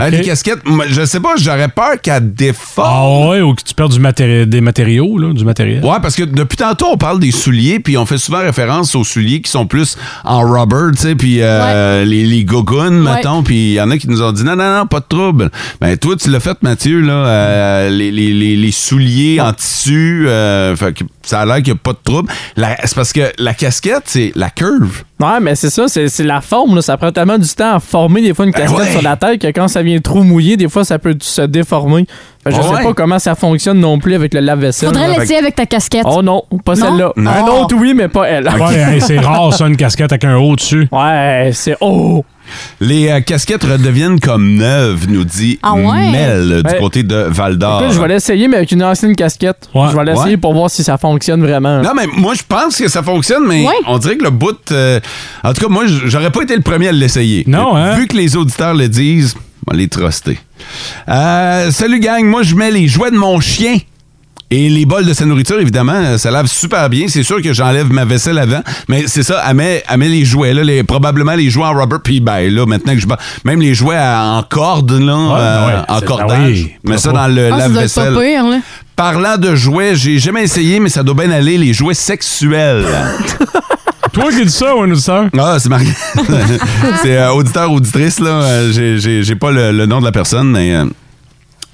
Speaker 2: Hein,
Speaker 3: Ok.
Speaker 2: Les casquettes, moi, je sais pas, j'aurais peur qu'elles déforment.
Speaker 3: Ah ouais, ou que tu perds du matéri- des matériaux, là, du matériel.
Speaker 2: Ouais, parce que depuis tantôt, on parle des souliers, puis on fait souvent référence aux souliers qui sont plus en rubber, tu sais, puis euh, les, les gogoons,
Speaker 5: Ouais.
Speaker 2: mettons, puis il y en a qui nous ont dit non, non, non, pas de trouble. Ben, toi, tu l'as fait, Mathieu, là, euh, les, les, les, les souliers en tissu, euh, fait que ça a l'air qu'il n'y a pas de trouble. La- C'est parce que la casquette, c'est la curve.
Speaker 4: Ouais, mais c'est ça, c'est c'est la forme. Là. Ça prend tellement du temps à former des fois une casquette
Speaker 2: Ben ouais.
Speaker 4: sur la tête que quand ça vient trop mouillé, des fois ça peut se déformer. Fait que je
Speaker 2: Ah Ouais.
Speaker 4: sais pas comment ça fonctionne non plus avec le lave-vaisselle.
Speaker 5: Faudrait
Speaker 4: là.
Speaker 5: l'essayer avec ta casquette.
Speaker 4: Oh non, pas
Speaker 5: Non?
Speaker 4: celle-là.
Speaker 5: Non.
Speaker 4: Un autre oui, mais pas elle.
Speaker 3: Ouais, hey, c'est rare, ça, une casquette avec un haut dessus.
Speaker 4: Ouais, c'est oh.
Speaker 2: Les euh, casquettes redeviennent comme neuves, nous dit
Speaker 5: Ah ouais?
Speaker 2: Mel, du
Speaker 4: Ben,
Speaker 2: côté de Val
Speaker 4: En
Speaker 2: d'Or.
Speaker 4: plus, je vais l'essayer, mais avec une ancienne casquette.
Speaker 3: Ouais.
Speaker 4: Je vais l'essayer
Speaker 2: Ouais.
Speaker 4: pour voir si ça fonctionne vraiment.
Speaker 2: Non, mais moi, je pense que ça fonctionne, mais
Speaker 5: Ouais.
Speaker 2: on dirait que le bout. euh, en tout cas, moi, j- j'aurais pas été le premier à l'essayer.
Speaker 3: Non, hein?
Speaker 2: Vu que les auditeurs le disent, on va les truster. Euh, salut, gang. Moi, je mets les jouets de mon chien Et les bols de sa nourriture, évidemment, euh, ça lave super bien. C'est sûr que j'enlève ma vaisselle avant, mais c'est ça, elle met, elle met les jouets, là, les, probablement les jouets en rubber, puis ben, là, maintenant que je... bats- Même les jouets à- en corde, là, euh,
Speaker 3: ouais,
Speaker 2: en
Speaker 3: c'est-
Speaker 2: cordage.
Speaker 3: ah oui,
Speaker 2: mets ça
Speaker 3: pas
Speaker 2: dans le
Speaker 5: Ah, ça doit être pas
Speaker 2: lave-vaisselle.
Speaker 5: pire, là.
Speaker 2: Parlant de jouets, j'ai jamais essayé, mais ça doit bien aller, les jouets sexuels.
Speaker 3: Toi qui dis ça ou un auditeur?
Speaker 2: Ah, c'est Marie. c'est euh, auditeur, auditrice, là. Euh, j'ai- J'ai j'ai pas le, le nom de la personne, mais. euh,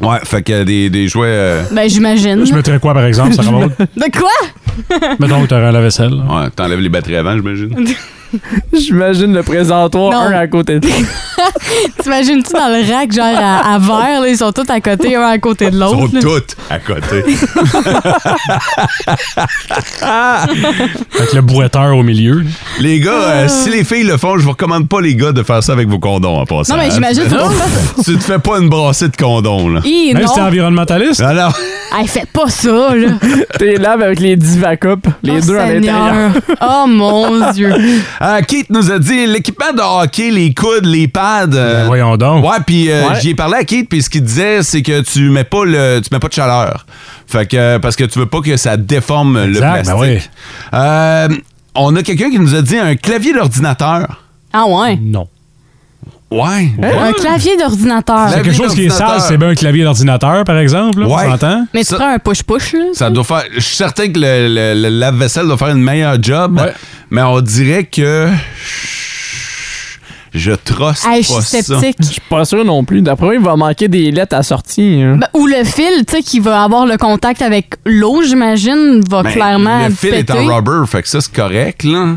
Speaker 2: ouais, fait que des, des jouets. euh,
Speaker 5: Ben, j'imagine.
Speaker 3: Je mettrais quoi, par exemple, ça remonte?
Speaker 5: De quoi?
Speaker 3: Mettons que t'aurais un lave-vaisselle. là.
Speaker 2: ouais, t'enlèves les batteries avant, j'imagine.
Speaker 4: J'imagine le présentoir
Speaker 5: Non.
Speaker 4: un à côté de
Speaker 5: T'imagines-tu dans le rack, genre à, à verre, là, ils sont tous à côté, un à côté de
Speaker 2: Ils sont
Speaker 5: l'autre. là.
Speaker 2: toutes à côté.
Speaker 3: Avec le boiteur au milieu. là.
Speaker 2: les gars,
Speaker 5: Ah.
Speaker 2: euh, si les filles le font, je vous recommande pas, les gars, de faire ça avec vos condoms en passant.
Speaker 5: Non, mais
Speaker 2: hein.
Speaker 5: j'imagine, faut qu'on fasse.
Speaker 2: Tu te fais pas une brassée de condoms, là.
Speaker 5: Hi,
Speaker 3: Même si t'es
Speaker 5: non.
Speaker 3: environnementaliste,
Speaker 2: Alors,
Speaker 5: Elle fait pas ça, là.
Speaker 4: T'es là avec les divacups, les
Speaker 5: Oh,
Speaker 4: deux à l'intérieur.
Speaker 5: Seigneur. Oh mon Dieu.
Speaker 2: euh, Keith nous a dit l'équipement de hockey, les coudes, les pads. euh,
Speaker 3: Ben, voyons donc.
Speaker 2: Ouais, puis euh,
Speaker 4: Ouais.
Speaker 2: j'y ai parlé à Keith, puis ce qu'il disait, c'est que tu mets pas le, tu mets pas de chaleur. Fait que euh, parce que tu veux pas que ça déforme
Speaker 3: Exact,
Speaker 2: le plastique.
Speaker 3: ben oui.
Speaker 2: Euh, on a quelqu'un qui nous a dit un clavier d'ordinateur.
Speaker 5: Ah ouais.
Speaker 2: Bah.
Speaker 3: Non.
Speaker 2: Ouais.
Speaker 5: Hein, Un clavier d'ordinateur.
Speaker 2: Clavier
Speaker 3: C'est quelque chose qui est
Speaker 2: d'ordinateur.
Speaker 3: sale, c'est bien un clavier d'ordinateur, par exemple. Là,
Speaker 2: Ouais.
Speaker 3: On s'entend?
Speaker 5: Mais tu
Speaker 2: Ça-
Speaker 5: prends un push-push, là.
Speaker 2: Ça doit faire. Je suis certain que le, le- le lave-vaisselle doit faire une meilleure job,
Speaker 3: Ouais.
Speaker 2: mais on dirait que je trosse
Speaker 5: Hey, je
Speaker 2: pas
Speaker 5: suis
Speaker 2: ça.
Speaker 4: Je
Speaker 5: sceptique.
Speaker 4: suis pas sûr non plus. D'après moi, il va manquer des lettres à sortir. hein.
Speaker 5: Ben, ou le fil, tu sais, qui va avoir le contact avec l'eau, j'imagine, va
Speaker 2: Ben,
Speaker 5: clairement
Speaker 2: le fil
Speaker 5: péter.
Speaker 2: est en rubber, fait que ça c'est correct là.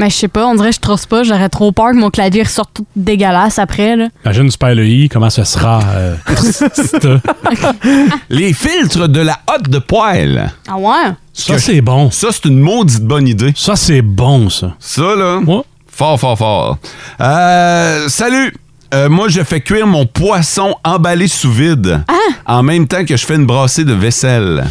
Speaker 5: Mais je sais pas, on dirait que je trosse pas. J'aurais trop peur que mon clavier sorte tout dégueulasse après, là.
Speaker 3: Imagine, tu perds le i, comment ce sera? euh, ça,
Speaker 2: Les filtres de la hotte de poêle.
Speaker 5: Ah ouais?
Speaker 3: Ça, c'est bon.
Speaker 2: Ça, c'est une maudite bonne idée.
Speaker 3: Ça, c'est bon, ça.
Speaker 2: Ça, là,
Speaker 3: Ouais.
Speaker 2: fort, fort, fort. Euh, salut! Euh, moi, je fais cuire mon poisson emballé sous vide en même temps que je fais une brassée de vaisselle.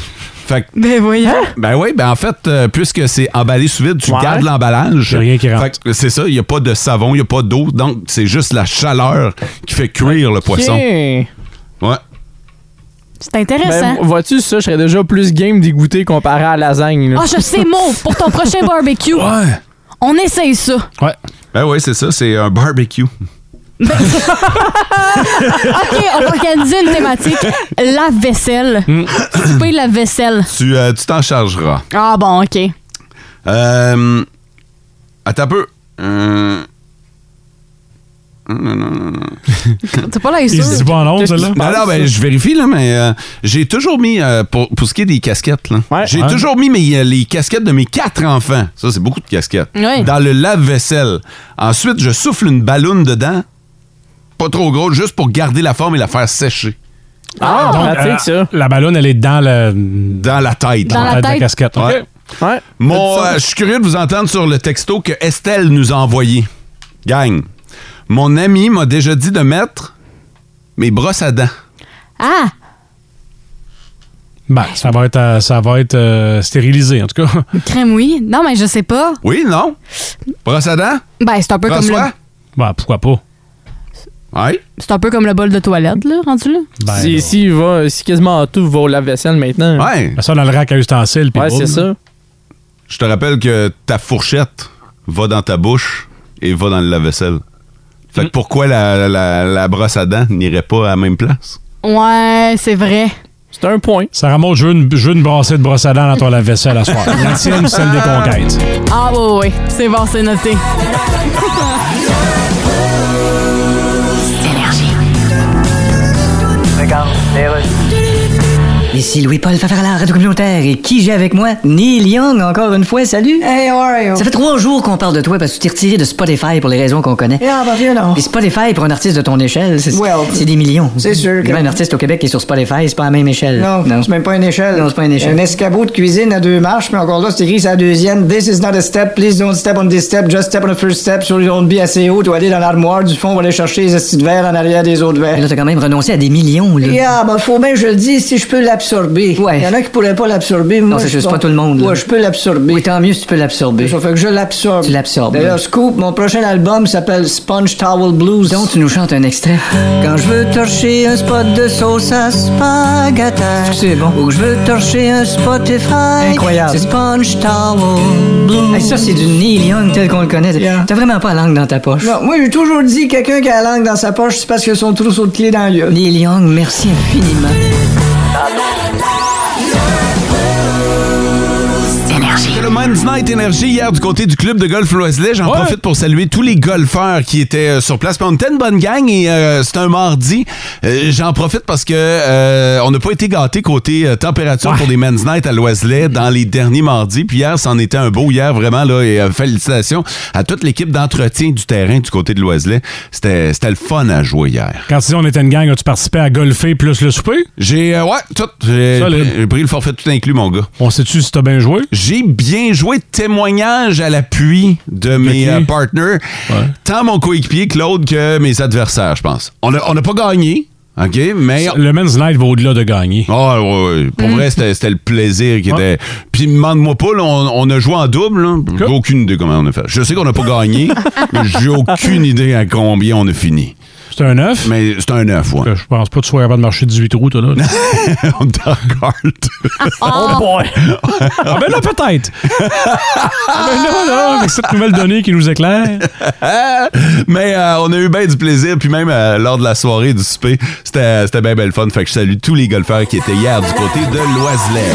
Speaker 2: Fait que,
Speaker 5: Ben voyons.
Speaker 2: ben oui, ben en fait, euh, puisque c'est emballé sous vide, tu
Speaker 4: Ouais.
Speaker 2: gardes l'emballage.
Speaker 3: Y a rien qui rentre.
Speaker 2: Fait que C'est ça, il n'y a pas de savon, il n'y a pas d'eau. Donc, c'est juste la chaleur qui fait cuire le poisson.
Speaker 4: Ok.
Speaker 2: Ouais.
Speaker 5: C'est intéressant.
Speaker 4: Ben, vois-tu, ça, je serais déjà plus game dégoûté comparé à la lasagne. là.
Speaker 5: Ah, je sais, mot pour ton prochain barbecue.
Speaker 2: Ouais.
Speaker 5: On essaye ça.
Speaker 3: Ouais.
Speaker 2: Ben oui, c'est ça, c'est un barbecue.
Speaker 5: OK, on va organiser une thématique. La vaisselle.
Speaker 2: Hmm.
Speaker 5: Couper la vaisselle.
Speaker 2: Tu euh, tu t'en chargeras.
Speaker 5: Ah bon, OK.
Speaker 2: Euh. Attends un peu. Euh, Non, non, non, non.
Speaker 5: T'es pas là,
Speaker 3: Il se dit
Speaker 5: ça?
Speaker 3: pas en ondes,
Speaker 4: Qu'est-ce
Speaker 3: celle-là?
Speaker 4: qui
Speaker 2: Ben alors, ben, je vérifie, là, mais euh, j'ai toujours mis, euh, pour, pour ce qui est des casquettes, là,
Speaker 4: Ouais.
Speaker 2: j'ai
Speaker 3: Ouais.
Speaker 2: toujours mis mes, euh, les casquettes de mes quatre enfants, ça c'est beaucoup de casquettes,
Speaker 5: Ouais.
Speaker 2: dans le lave-vaisselle. Ensuite, je souffle une balloune dedans, pas trop grosse, juste pour garder la forme et la faire sécher.
Speaker 4: Ah,
Speaker 3: Donc,
Speaker 4: pratique,
Speaker 3: euh,
Speaker 4: ça.
Speaker 3: La ballonne, elle est dans le.
Speaker 2: Dans la tête.
Speaker 5: Dans
Speaker 3: de
Speaker 5: la tête.
Speaker 3: casquette.
Speaker 2: Ouais.
Speaker 3: OK.
Speaker 4: Ouais.
Speaker 2: Mon,
Speaker 4: Ça-
Speaker 2: euh, je suis curieux de vous entendre sur le texto que Estelle nous a envoyé. Gang, mon ami m'a déjà dit de mettre mes brosses à dents.
Speaker 5: Ah!
Speaker 3: Ben, ça va être, euh, ça va être euh, stérilisé, en tout cas.
Speaker 5: Crème, oui. Non, mais je sais pas.
Speaker 2: Oui, non? Brosses à dents?
Speaker 5: Ben, c'est un peu comme le...
Speaker 2: François?
Speaker 3: Ben, pourquoi pas?
Speaker 2: Oui.
Speaker 5: C'est un peu comme le bol de toilette, là, rendu là.
Speaker 3: Ben,
Speaker 4: si,
Speaker 3: là.
Speaker 4: si, il va, si quasiment tout va au lave-vaisselle maintenant.
Speaker 2: Ouais.
Speaker 3: Mets ça dans le rack à ustensiles. puis
Speaker 4: Ouais,
Speaker 3: boum.
Speaker 4: c'est ça.
Speaker 2: Je te rappelle que ta fourchette va dans ta bouche et va dans le lave-vaisselle. Fait que
Speaker 5: Mm.
Speaker 2: pourquoi la, la- la brosse à dents n'irait pas à la même place?
Speaker 5: Ouais, c'est vrai.
Speaker 4: C'est un point.
Speaker 3: Sarah Maud, je veux une, je veux une brassée de brosse à dents dans ton lave-vaisselle à soir. La tienne, celle des conquêtes.
Speaker 5: Ah, oui, oui. C'est bon, c'est noté.
Speaker 7: Ici Louis-Paul Fafarala, Radio Communautaire, et qui j'ai avec moi? Neil Young, encore une fois, salut! Hey, how are you? Ça fait trois jours qu'on parle de toi parce que tu t'es retiré de Spotify pour les raisons qu'on connaît.
Speaker 10: Ah, bah viens donc.
Speaker 7: Et Spotify, pour un artiste de ton échelle, c'est
Speaker 10: Well,
Speaker 7: c'est des millions.
Speaker 10: c'est
Speaker 7: Il
Speaker 10: sûr
Speaker 7: y
Speaker 10: que-
Speaker 7: a même un artiste au Québec qui est sur Spotify, c'est pas la même échelle.
Speaker 10: Non, c'est même pas une échelle.
Speaker 7: Non, c'est pas une échelle.
Speaker 10: Un escabeau de cuisine à deux marches, mais encore là, c'est écrit, c'est la deuxième. This is not a step. Please don't step on this step. Just step on the first step. Sur don't be assez haut. Tu vas aller dans l'armoire du fond, on va aller chercher les estis de verre en arrière des autres
Speaker 7: Mais
Speaker 10: verres.
Speaker 7: là, t'as quand même renoncé à des millions, là.
Speaker 10: Yeah, bah faut bien, je le dis, si je peux la l'absorber. Il y en a qui pourraient pas l'absorber.
Speaker 7: Non, c'est juste pas tout le monde.
Speaker 10: Moi, je peux l'absorber.
Speaker 7: Oui, tant mieux si tu peux l'absorber.
Speaker 10: Ça fait que je l'absorbe.
Speaker 7: Tu l'absorbes.
Speaker 10: D'ailleurs, Scoop, mon prochain album s'appelle Sponge Towel Blues.
Speaker 7: Donc, tu nous chantes un extrait.
Speaker 10: Quand je veux torcher un spot de sauce à spaghetti.
Speaker 7: C'est bon.
Speaker 10: Ou que je veux torcher un Spotify.
Speaker 7: Incroyable.
Speaker 10: C'est Sponge Towel Blues.
Speaker 7: Hey, ça, c'est du Neil Young tel qu'on le connaît.
Speaker 10: Yeah.
Speaker 7: T'as vraiment pas la langue dans ta poche.
Speaker 10: Non, moi, j'ai toujours dit quelqu'un qui a la langue dans sa poche, c'est parce que son trousseau de clés dans l'œil.
Speaker 7: Neil Young, merci infiniment.
Speaker 2: C'était le Men's Night Energy hier du côté du club de golf Loiselet. J'en profite pour saluer tous les golfeurs qui étaient euh, sur place. Puis on était une bonne gang et euh, c'est un mardi. Euh, J'en profite parce que euh, on n'a pas été gâtés côté euh, température pour des Men's Night à Loiselet dans les derniers mardis. Puis hier, c'en était un beau hier vraiment là et euh, félicitations à toute l'équipe d'entretien du terrain du côté de Loiselet. C'était c'était le fun à jouer hier.
Speaker 3: Quand tu dis on était une gang, as-tu participé à golfer plus le souper?
Speaker 2: J'ai euh, ouais, tout j'ai
Speaker 3: Solide.
Speaker 2: j'ai pris le forfait tout inclus mon gars.
Speaker 3: On sait-tu si t'as bien joué?
Speaker 2: J'ai bien joué témoignage à l'appui de mes
Speaker 3: qui?
Speaker 2: euh, partners, tant mon coéquipier Claude que mes adversaires, je pense. On n'a on n'a pas gagné, OK, mais...
Speaker 3: Le men's night va au-delà de gagner.
Speaker 2: Ah, ouais, ouais. Pour vrai, c'était c'était le plaisir qui était. Puis, demande-moi pas, là, on, on a joué en double. là. J'ai aucune idée comment on a fait. Je sais qu'on n'a pas gagné, mais j'ai aucune idée à combien on a fini.
Speaker 3: C'est un 9?
Speaker 2: Mais c'est un 9, ouais.
Speaker 3: Euh, Je pense pas que tu sois capable de marcher 18 trous, toi, là.
Speaker 2: on est en carte.
Speaker 3: Oh boy! ah ben là, peut-être! ah ben là, là, avec cette nouvelle donnée qui nous éclaire.
Speaker 2: Mais euh, on a eu bien du plaisir, puis même euh, lors de la soirée du souper, c'était c'était bien belle fun. Fait que je salue tous les golfeurs qui étaient hier du côté de l'Oiselet.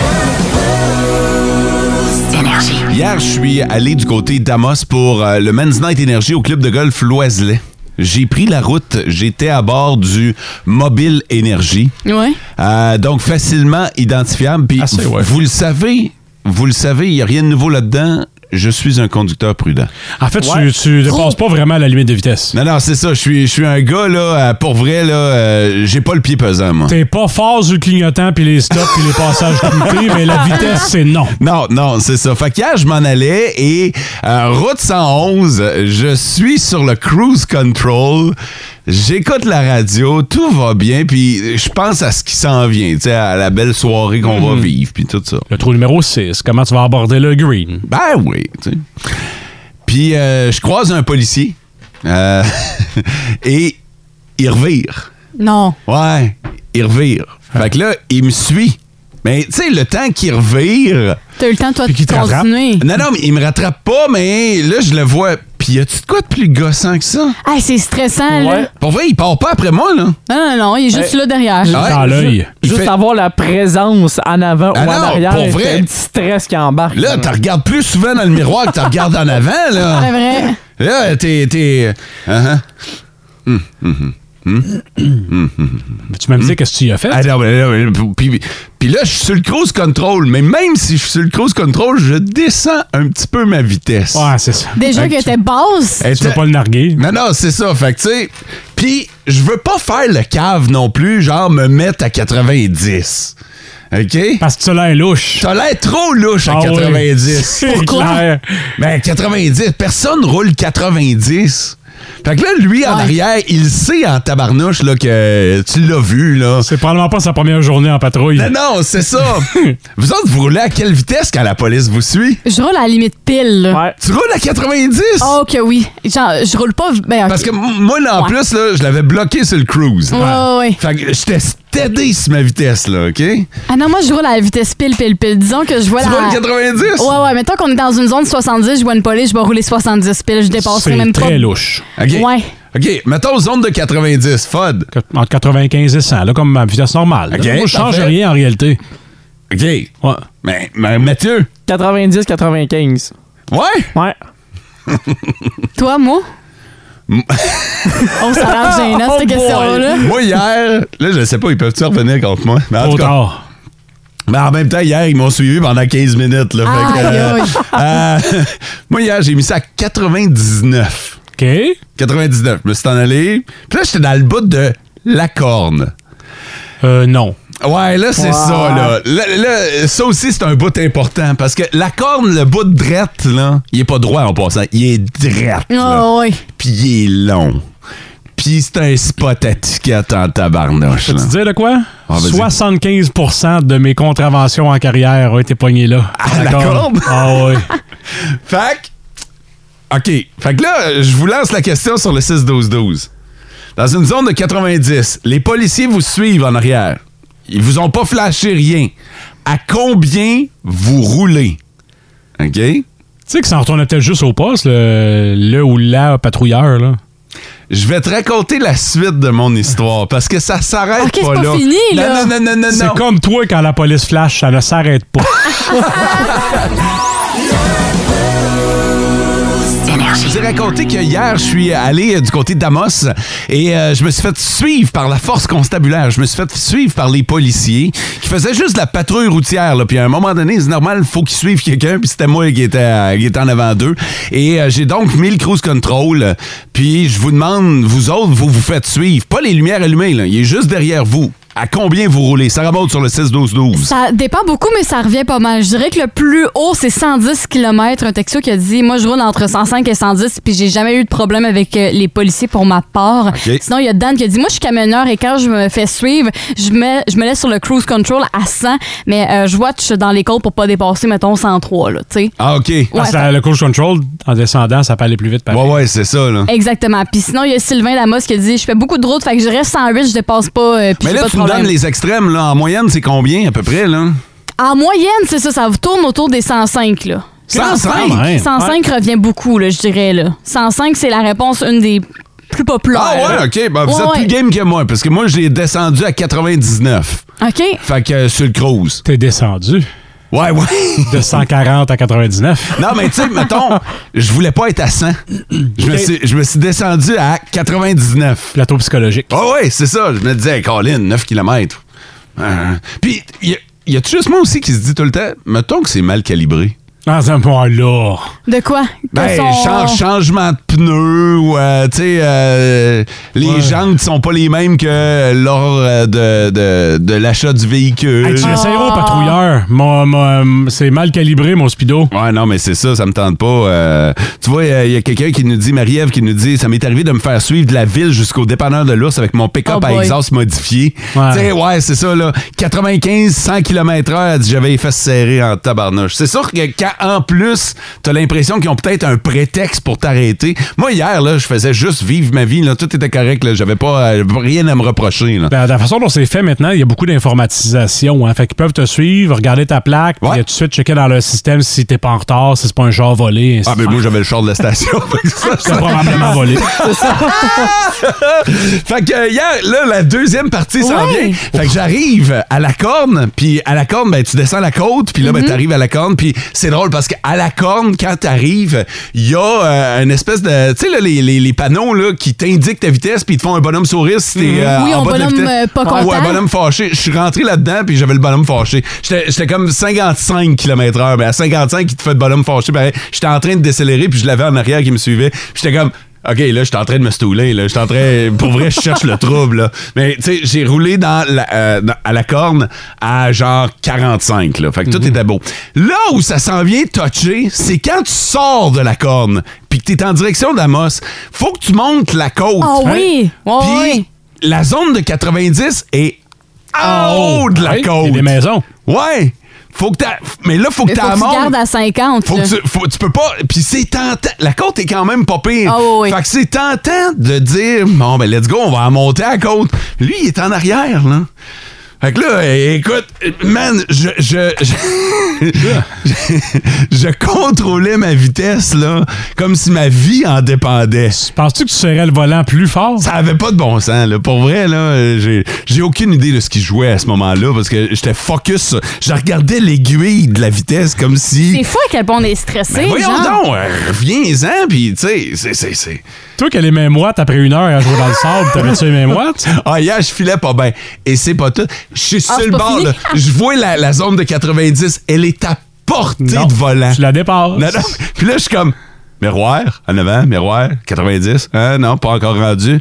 Speaker 2: Hier, je suis allé du côté d'Amos pour euh, le Men's Night Energy au club de golf L'Oiselet. J'ai pris la route, j'étais à bord du Mobile Energy.
Speaker 5: Ouais.
Speaker 2: Euh, donc facilement identifiable. Puis
Speaker 3: Assez, ouais.
Speaker 2: vous le savez, vous le savez, il n'y a rien de nouveau là-dedans. Je suis un conducteur prudent.
Speaker 3: En fait, tu, tu dépasses pas vraiment la limite de vitesse.
Speaker 2: Non, non, c'est ça. Je suis, je suis un gars, là, euh, pour vrai, là, euh, j'ai pas le pied pesant, moi.
Speaker 3: T'es pas fort sur le clignotant, puis les stops, puis les passages coupés, mais la vitesse, c'est non.
Speaker 2: Non, non, c'est ça. Fait qu'hier, je m'en allais et euh, route 111, je suis sur le cruise control. J'écoute la radio, tout va bien, puis je pense à ce qui s'en vient, tu sais, à la belle soirée qu'on va vivre, puis tout ça.
Speaker 3: Le trou numéro 6, comment tu vas aborder le green?
Speaker 2: Ben oui, tu sais. Puis euh, je croise un policier euh, et il revire.
Speaker 5: Non.
Speaker 2: Ouais, il revire. Fait que là, il me suit. Mais tu sais, le temps qu'il revire,
Speaker 5: T'as eu le temps, toi,
Speaker 3: Puis qui
Speaker 5: de
Speaker 3: te rattrape.
Speaker 5: continuer.
Speaker 2: Non, non, mais il me rattrape pas, mais là, je le vois. Puis y a-tu de quoi de plus gossant que ça?
Speaker 5: Ah, c'est stressant, là.
Speaker 2: Pour vrai, il part pas après moi, là.
Speaker 5: Non, non, non, il est juste là derrière.
Speaker 2: Ouais,
Speaker 3: Dans l'œil.
Speaker 2: il
Speaker 4: Juste
Speaker 2: fait-
Speaker 4: avoir la présence en avant
Speaker 2: Ah
Speaker 4: ou en
Speaker 2: non,
Speaker 4: arrière,
Speaker 2: pour vrai.
Speaker 4: c'est un petit stress qui embarque.
Speaker 2: Là, tu regardes plus souvent dans le miroir que tu regardes en avant,
Speaker 5: C'est
Speaker 2: là.
Speaker 5: vrai.
Speaker 2: Là, t'es. t'es- Uh-huh.
Speaker 3: Mais tu m'as dit qu'est-ce que tu y as fait?
Speaker 2: Ah non, mais là, mais- puis, puis là, je suis sur le cruise control. Mais même si je suis sur le cruise control, je descends un petit peu ma vitesse.
Speaker 3: Ouais, c'est ça.
Speaker 5: Déjà que t'es basse.
Speaker 2: Elle
Speaker 3: Tu veux
Speaker 2: était-
Speaker 3: pas le narguer.
Speaker 2: Non, non, c'est ça. Fait que, tu sais. Puis, je veux pas faire le cave non plus, genre me mettre à 90. OK?
Speaker 3: Parce que tu l'as louche.
Speaker 2: T'as l'air trop louche à
Speaker 3: Ah oui.
Speaker 2: 90.
Speaker 3: C'est clair.
Speaker 2: Ben, 90. Personne roule 90. Fait que là, lui, en arrière, il sait en tabarnouche là, que tu l'as vu, là.
Speaker 3: C'est probablement pas sa première journée en patrouille.
Speaker 2: Non, non, c'est ça. vous autres, vous roulez à quelle vitesse quand la police vous suit?
Speaker 5: Je roule à la limite pile, là.
Speaker 4: Ouais.
Speaker 2: Tu roules à 90?
Speaker 3: Ah,
Speaker 5: Oh, que oui. Genre, je roule pas. Ben, ok.
Speaker 2: Parce que m- moi, là, en
Speaker 5: Ouais.
Speaker 2: plus, là, je l'avais bloqué sur le cruise.
Speaker 5: Ouais, ouais, ouais.
Speaker 2: Fait que j'étais stédé sur ma vitesse, là, OK?
Speaker 5: Ah non, moi, je roule à la vitesse pile, pile, pile. Disons que je vois
Speaker 2: Tu
Speaker 5: la.
Speaker 2: roules 90?
Speaker 5: Ouais, ouais, mettons qu'on est dans une zone de 70, je vois une police, je vais rouler 70 piles, je dépasserai
Speaker 3: C'est
Speaker 5: même pas.
Speaker 3: très louche.
Speaker 2: OK.
Speaker 5: Ouais.
Speaker 2: OK, mettons zone de 90, FOD.
Speaker 3: Qu- Entre 95 et 100, là, comme ma vitesse normale. là.
Speaker 2: Ok,
Speaker 3: Moi, je change
Speaker 2: parfait.
Speaker 3: rien en réalité.
Speaker 2: OK.
Speaker 3: Ouais.
Speaker 2: Mais, mais Mathieu,
Speaker 4: 90-95.
Speaker 2: ouais?
Speaker 4: Ouais.
Speaker 5: Toi, moi? oh, ça a l'air gênant, cette question-là.
Speaker 2: Moi, hier, là, je sais pas, ils peuvent-tu revenir contre moi? Mais en
Speaker 3: Trop
Speaker 2: tout cas,
Speaker 3: tard.
Speaker 2: mais en même temps, hier, ils m'ont suivi pendant 15 minutes. Là, fait que,
Speaker 5: Aïe, aïe.
Speaker 2: euh, moi, hier, j'ai mis ça à 99.
Speaker 3: OK?
Speaker 2: 99, je me suis en allé. Puis là, j'étais dans le bout de la corne.
Speaker 3: Euh, non.
Speaker 2: Ouais, là, c'est ça, là. Là, là, Ça aussi, c'est un bout important parce que la corne, le bout de drette, là, il est pas droit en passant. Il est drette. là.
Speaker 5: Oh, ouais.
Speaker 2: Puis il est long. Puis Puis c'est un spot à ticket en tabarnouche.
Speaker 3: Tu
Speaker 2: là.
Speaker 3: dire de quoi?
Speaker 2: Ah, vas-y.
Speaker 3: 75 de mes contraventions en carrière ont été poignées là.
Speaker 2: À la corde?
Speaker 3: Ah oui.
Speaker 2: Fac. OK. Fait que là, je vous lance la question sur le 6-12-12. Dans une zone de 90, les policiers vous suivent en arrière. Ils vous ont pas flashé rien. À combien vous roulez? OK?
Speaker 3: Tu sais que ça en retourne peut-être juste au poste, le, le ou la patrouilleur. Là.
Speaker 2: Je vais te raconter la suite de mon histoire parce que ça s'arrête
Speaker 5: Ok, c'est
Speaker 2: pas
Speaker 5: pas
Speaker 2: là.
Speaker 5: fini,
Speaker 2: Non,
Speaker 5: là.
Speaker 2: Non, non, non, Euh, non,
Speaker 3: C'est
Speaker 2: non.
Speaker 3: comme toi quand la police flash, ça ne s'arrête pas.
Speaker 2: Je vous ai raconté que hier, je suis allé euh, du côté d'Amos et euh, je me suis fait suivre par la force constabulaire. Je me suis fait suivre par les policiers qui faisaient juste de la patrouille routière. Là. Puis à un moment donné, c'est normal, il faut qu'ils suivent quelqu'un. Puis c'était moi qui était, euh, qui était en avant d'eux. Et euh, j'ai donc mis le cruise control. Puis je vous demande, vous autres, vous vous faites suivre. Pas les lumières allumées, là. il est juste derrière vous. À combien vous roulez? Ça remonte sur le 6-12-12.
Speaker 5: Ça dépend beaucoup, mais ça revient pas mal. Je dirais que le plus haut, c'est 110 km. Un texto qui a dit Moi, je roule entre 105 et 110, puis j'ai jamais eu de problème avec euh, les policiers pour ma part.
Speaker 2: OK.
Speaker 5: Sinon, il y a Dan qui a dit Moi, je suis camionneur et quand je me fais suivre, je, mets, je me laisse sur le cruise control à 100, mais euh, je watch dans les codes pour pas dépasser, mettons, 103, là, tu sais.
Speaker 2: Ah, OK.
Speaker 5: Ouais,
Speaker 3: Parce que le coach control, en descendant, ça peut aller plus vite. pareil.
Speaker 2: Ouais, ouais, c'est ça, là.
Speaker 5: Exactement. Puis sinon, il y a Sylvain Lamos qui a dit Je fais beaucoup de routes, fait que je reste 108, je dépasse pas. euh, puis
Speaker 2: Mais
Speaker 5: j'ai
Speaker 2: là,
Speaker 5: pas de
Speaker 2: tu me
Speaker 5: problème.
Speaker 2: donnes les extrêmes, là. En moyenne, c'est combien, à peu près, là?
Speaker 5: En moyenne, c'est ça, ça vous tourne autour des 105, là.
Speaker 2: 105?
Speaker 3: Quand même.
Speaker 5: 105 revient beaucoup, là, je dirais. Là. 105, c'est la réponse une des plus populaires.
Speaker 2: Ah ouais, ok. Ben, vous
Speaker 5: Ouais,
Speaker 2: êtes
Speaker 5: ouais.
Speaker 2: plus game que moi, parce que moi, j'ai descendu à 99.
Speaker 5: OK.
Speaker 2: Fait que euh, sur le cruise.
Speaker 3: T'es descendu
Speaker 2: Ouais, ouais.
Speaker 3: de 140 à 99.
Speaker 2: Non, mais tu sais, mettons, je voulais pas être à 100. Je me
Speaker 3: Ok.
Speaker 2: suis, je me suis descendu à 99.
Speaker 3: Plateau psychologique.
Speaker 2: Ah ouais, c'est ça. Je me disais, Colin, 9 km. Puis, y a- y a-tu juste moi aussi qui se dit tout le temps, mettons que c'est mal calibré?
Speaker 3: Dans un point là.
Speaker 5: De quoi?
Speaker 2: Ben,
Speaker 5: Que son-
Speaker 2: change- changement de pneus ou, euh, tu sais, euh, les
Speaker 3: Ouais.
Speaker 2: jantes sont pas les mêmes que lors euh, de, de, de l'achat du véhicule.
Speaker 3: Hey, tu l'essayeras au patrouilleur. Mon- mon- euh, c'est mal calibré, mon speedo.
Speaker 2: Ouais, non, mais c'est ça, ça me tente pas. Euh, tu vois, il y a quelqu'un qui nous dit, Marie-Ève, qui nous dit, ça m'est arrivé de me faire suivre de la ville jusqu'au dépanneur de l'ours avec mon pick-up
Speaker 5: Oh
Speaker 2: à
Speaker 5: boy.
Speaker 2: exhaust modifié.
Speaker 3: Ouais.
Speaker 2: Tu sais, ouais, c'est ça, là. 95, 100 km h j'avais les fesses serrées en tabarnouche. C'est sûr que quand, en plus, t'as l'impression qu'ils ont peut-être un prétexte pour t'arrêter. Moi, hier, là, je faisais juste vivre ma vie, là. Tout était correct, là. J'avais pas, euh, rien à me reprocher, là.
Speaker 3: Ben, de la façon dont c'est fait maintenant, il y a beaucoup d'informatisation. Hein. Fait qu'ils peuvent te suivre, regarder ta plaque, puis
Speaker 2: Ouais.
Speaker 3: tout de suite checker dans le système si t'es pas en retard, si c'est pas un genre volé.
Speaker 2: Ah, ben moi, j'avais le char de la station. Ça,
Speaker 3: c'est probablement volé.
Speaker 2: Fait que euh, hier, là, la deuxième partie s'en
Speaker 5: Ouais.
Speaker 2: vient. Fait que j'arrive à la corne, puis à la corne, ben, tu descends la côte, puis là,
Speaker 5: Mhm.
Speaker 2: ben, t'arrives à la corne, puis c'est drôle parce qu'à la corne, quand t'arrives, il y a euh, une espèce de. Tu sais, là, les, les- les panneaux là, qui t'indiquent ta vitesse, puis ils te font un bonhomme sourire si t'es. euh,
Speaker 5: Mhm. Oui,
Speaker 2: en
Speaker 5: un
Speaker 2: bas de la
Speaker 5: bonhomme,
Speaker 2: vitesse.
Speaker 5: euh, pas
Speaker 2: Ou un
Speaker 5: content.
Speaker 2: bonhomme fâché. Je suis rentré là-dedans, puis j'avais le bonhomme fâché. J'étais j'étais comme 55 km/h, mais à 55, il te fait le bonhomme fâché. pareil. J'étais en train de décélérer, puis je l'avais en arrière qui me suivait. J'étais comme. OK, là, j'étais en train de me stouler, là. J'étais en train. Pour vrai, je cherche le trouble, là. Mais, tu sais, j'ai roulé dans la- euh, dans- à la corne à genre 45, là. Fait que tout était beau. Là où ça s'en vient touché, c'est quand tu sors de la corne, puis que t'es en direction d'Amos. Faut que tu montes la côte. Hein?
Speaker 5: Ah oui! Ouais,
Speaker 2: Puis
Speaker 5: ouais.
Speaker 2: la zone de 90 est en haut de la
Speaker 3: Ouais,
Speaker 2: côte.
Speaker 3: et Oh, des maisons.
Speaker 2: Ouais. Faut que t'a- Mais là, faut que
Speaker 5: Mais faut
Speaker 2: t'as
Speaker 5: que tu gardes
Speaker 2: montes.
Speaker 5: à 50.
Speaker 2: Faut
Speaker 5: là.
Speaker 2: que tu, faut- tu peux pas. Puis c'est tentant. La côte est quand même pas pire.
Speaker 5: Ah oui, oui.
Speaker 2: Fait que c'est tentant de dire bon, ben, let's go, on va en monter à la côte. Lui, il est en arrière, là. Fait que là, é- écoute, man, je. Je, je, je- je contrôlais ma vitesse, là, comme si ma vie en dépendait.
Speaker 3: Penses-tu que tu serais le volant plus fort?
Speaker 2: Ça avait pas de bon sens, là. Pour vrai, là, euh, j'ai, j'ai aucune idée de ce qu'il jouait à ce moment-là parce que j'étais focus. sur- Je regardais l'aiguille de la vitesse comme
Speaker 5: C'est
Speaker 2: si.
Speaker 5: fou à quel point on est stressé.
Speaker 2: Ben, voyons
Speaker 5: genre.
Speaker 2: donc, euh, reviens-en, puis tu sais, c'est, c'est, c'est.
Speaker 3: Toi qui as les mains moites après une heure à jouer dans le sable, t'avais-tu les mains moites?
Speaker 2: Ah, hier, je filais pas bien. Et c'est pas tout. Je suis
Speaker 5: Ah,
Speaker 2: sur
Speaker 5: c'est
Speaker 2: le
Speaker 5: pas
Speaker 2: bord,
Speaker 5: fini?
Speaker 2: là. Je vois la, la zone de 90, elle est à portée
Speaker 3: Non,
Speaker 2: de volant.
Speaker 3: Tu la dépasses.
Speaker 2: Non, non. Puis là, je suis comme, miroir, en avant, miroir, 90. Hein, non, pas encore rendu.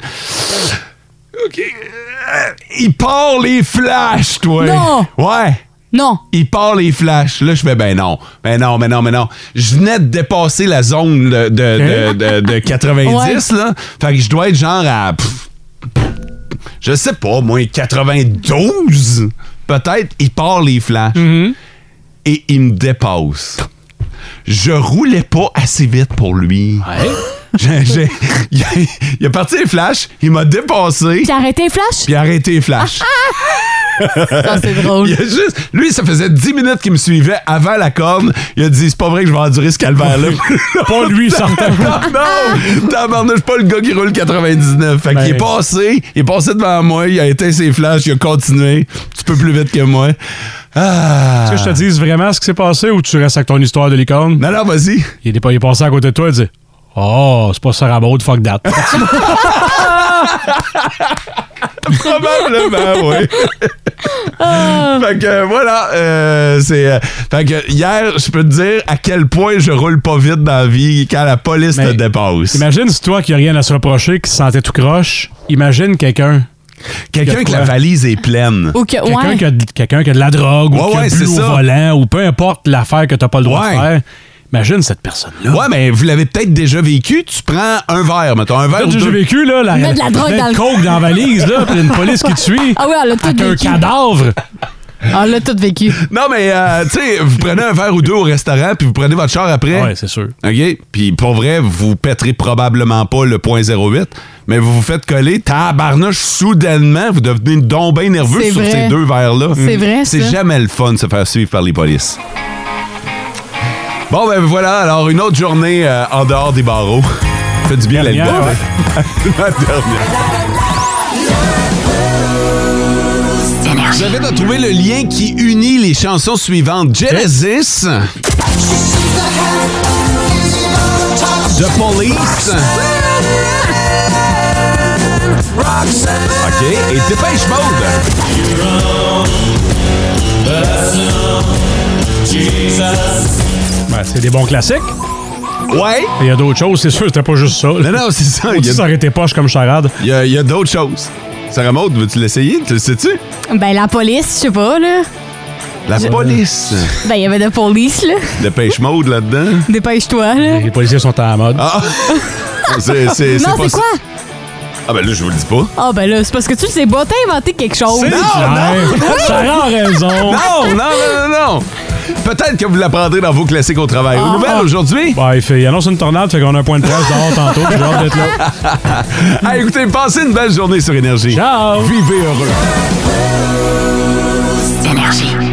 Speaker 2: OK. Euh, Il part les flashs, toi.
Speaker 5: Non.
Speaker 2: Ouais.
Speaker 5: Non.
Speaker 2: Il part les flashs. Là, je fais, ben non, ben non, ben non, ben non. Je venais de dépasser la zone de, de, de- de- de 90, là. Fait que je dois être genre à pff, je sais pas, moins 92, peut-être, il part les flashs. Et il me dépasse. Je roulais pas assez vite pour lui. J'ai- j'ai- il, a, il a parti les flashs, il m'a dépassé.
Speaker 5: Puis arrêté les flashs?
Speaker 2: Puis il a arrêté les flashs.
Speaker 5: Ça, c'est drôle.
Speaker 2: Il a juste, lui, ça faisait 10 minutes qu'il me suivait avant la corne. Il a dit, c'est pas vrai que je vais endurer ce calvaire-là.
Speaker 3: pas lui, certain.
Speaker 2: non, tabarnouche, pas le gars qui roule 99. Fait
Speaker 3: Ben.
Speaker 2: qu'il est passé, il est passé devant moi, il a éteint ses flashs, il a continué, un petit peu plus vite que moi. Ah.
Speaker 3: Est-ce que je te dise vraiment ce qui s'est passé ou tu restes avec ton histoire de licorne?
Speaker 2: Non, non, vas-y.
Speaker 3: Il est, pas- il est passé à côté de toi et dit Oh, c'est pas Sarah Maud, fuck that.
Speaker 2: Probablement, oui.
Speaker 3: Ah!
Speaker 2: fait que euh, voilà, euh, c'est. euh, fait que hier, je peux te dire à quel point je roule pas vite dans la vie quand la police
Speaker 3: Mais
Speaker 2: te dépasse.
Speaker 3: Imagine si toi qui n'as rien à se reprocher, qui se sentait tout croche, imagine quelqu'un.
Speaker 2: Quelqu'un que la valise est pleine.
Speaker 5: Ou que,
Speaker 3: Quelqu'un
Speaker 5: ouais.
Speaker 3: qui, a de- quelqu'un qui a de la drogue
Speaker 2: Ouais,
Speaker 3: ou qui a
Speaker 2: ouais,
Speaker 3: bu
Speaker 2: c'est
Speaker 3: au
Speaker 2: ça.
Speaker 3: volant ou peu importe l'affaire que t'as pas le droit
Speaker 2: Ouais.
Speaker 3: de faire. Imagine cette personne-là.
Speaker 2: Ouais, mais vous l'avez peut-être déjà vécu. Tu prends un verre, mettons, un verre
Speaker 3: Là,
Speaker 2: ou
Speaker 3: J'ai
Speaker 2: deux.
Speaker 3: vécu, là, la,
Speaker 5: Mets de la drogue
Speaker 3: mets
Speaker 5: dans le-
Speaker 3: coke dans la valise, là, puis une police qui te suit.
Speaker 5: Ah oui, on l'a tout
Speaker 3: avec un
Speaker 5: vécu.
Speaker 3: cadavre.
Speaker 5: On l'a tout vécu.
Speaker 2: Non, mais, euh, tu sais, vous prenez un verre ou deux au restaurant, puis vous prenez votre char après.
Speaker 3: Ouais, c'est sûr.
Speaker 2: OK? Puis pour vrai, vous péterez probablement pas le point 08, mais vous vous faites coller, tabarnouche, soudainement, vous devenez donc bien nerveux
Speaker 5: C'est
Speaker 2: sur
Speaker 5: vrai.
Speaker 2: ces deux verres-là.
Speaker 5: C'est
Speaker 2: Mm.
Speaker 5: vrai, ça.
Speaker 2: C'est jamais le fun de se faire suivre par les polices. Bon, ben voilà, alors une autre journée euh, en dehors des barreaux. Fait du bien la
Speaker 3: Dernière,
Speaker 2: liberté. La dernière. J'avais à trouver le lien qui unit les chansons suivantes. Genesis, The Police. OK, et Dépêche Mode.
Speaker 3: Ouais, c'est des bons classiques.
Speaker 2: Ouais.
Speaker 3: Il y a d'autres choses, c'est sûr, c'était pas juste ça.
Speaker 2: Non, non, c'est ça. Il
Speaker 3: Si
Speaker 2: y
Speaker 3: ça
Speaker 2: a,
Speaker 3: aurait été poche comme charade.
Speaker 5: Hein?
Speaker 2: il y a- il y a d'autres choses. Sarah Maud, veux-tu l'essayer? Tu le sais-tu?
Speaker 5: Ben, la police, je sais pas, là.
Speaker 2: La police.
Speaker 5: Ben, il y avait de police, là.
Speaker 2: Dépêche Mode là-dedans.
Speaker 5: Dépêche-toi, là.
Speaker 3: Les policiers sont en mode.
Speaker 2: Ah! c'est, c'est,
Speaker 5: Non,
Speaker 2: pas
Speaker 5: c'est
Speaker 2: ça.
Speaker 5: quoi?
Speaker 2: Ah, ben là, je vous le dis pas.
Speaker 5: Ah, ben là, c'est parce que tu le sais pas, t'as inventé quelque chose.
Speaker 2: C'est- Ah, Non,
Speaker 3: non! Sarah a raison!
Speaker 2: Non, non, non, non, non. Peut-être que vous l'apprendrez dans vos classiques au travail.
Speaker 5: Ah.
Speaker 2: Aux nouvelles aujourd'hui?
Speaker 3: Ouais, il, fait, il annonce une tornade, fait qu'on a un point de presse dehors tantôt, puis j'ai hâte d'être là.
Speaker 2: Ah, écoutez, passez une belle journée sur Énergie.
Speaker 3: Ciao!
Speaker 2: Vivez heureux.
Speaker 9: Énergie.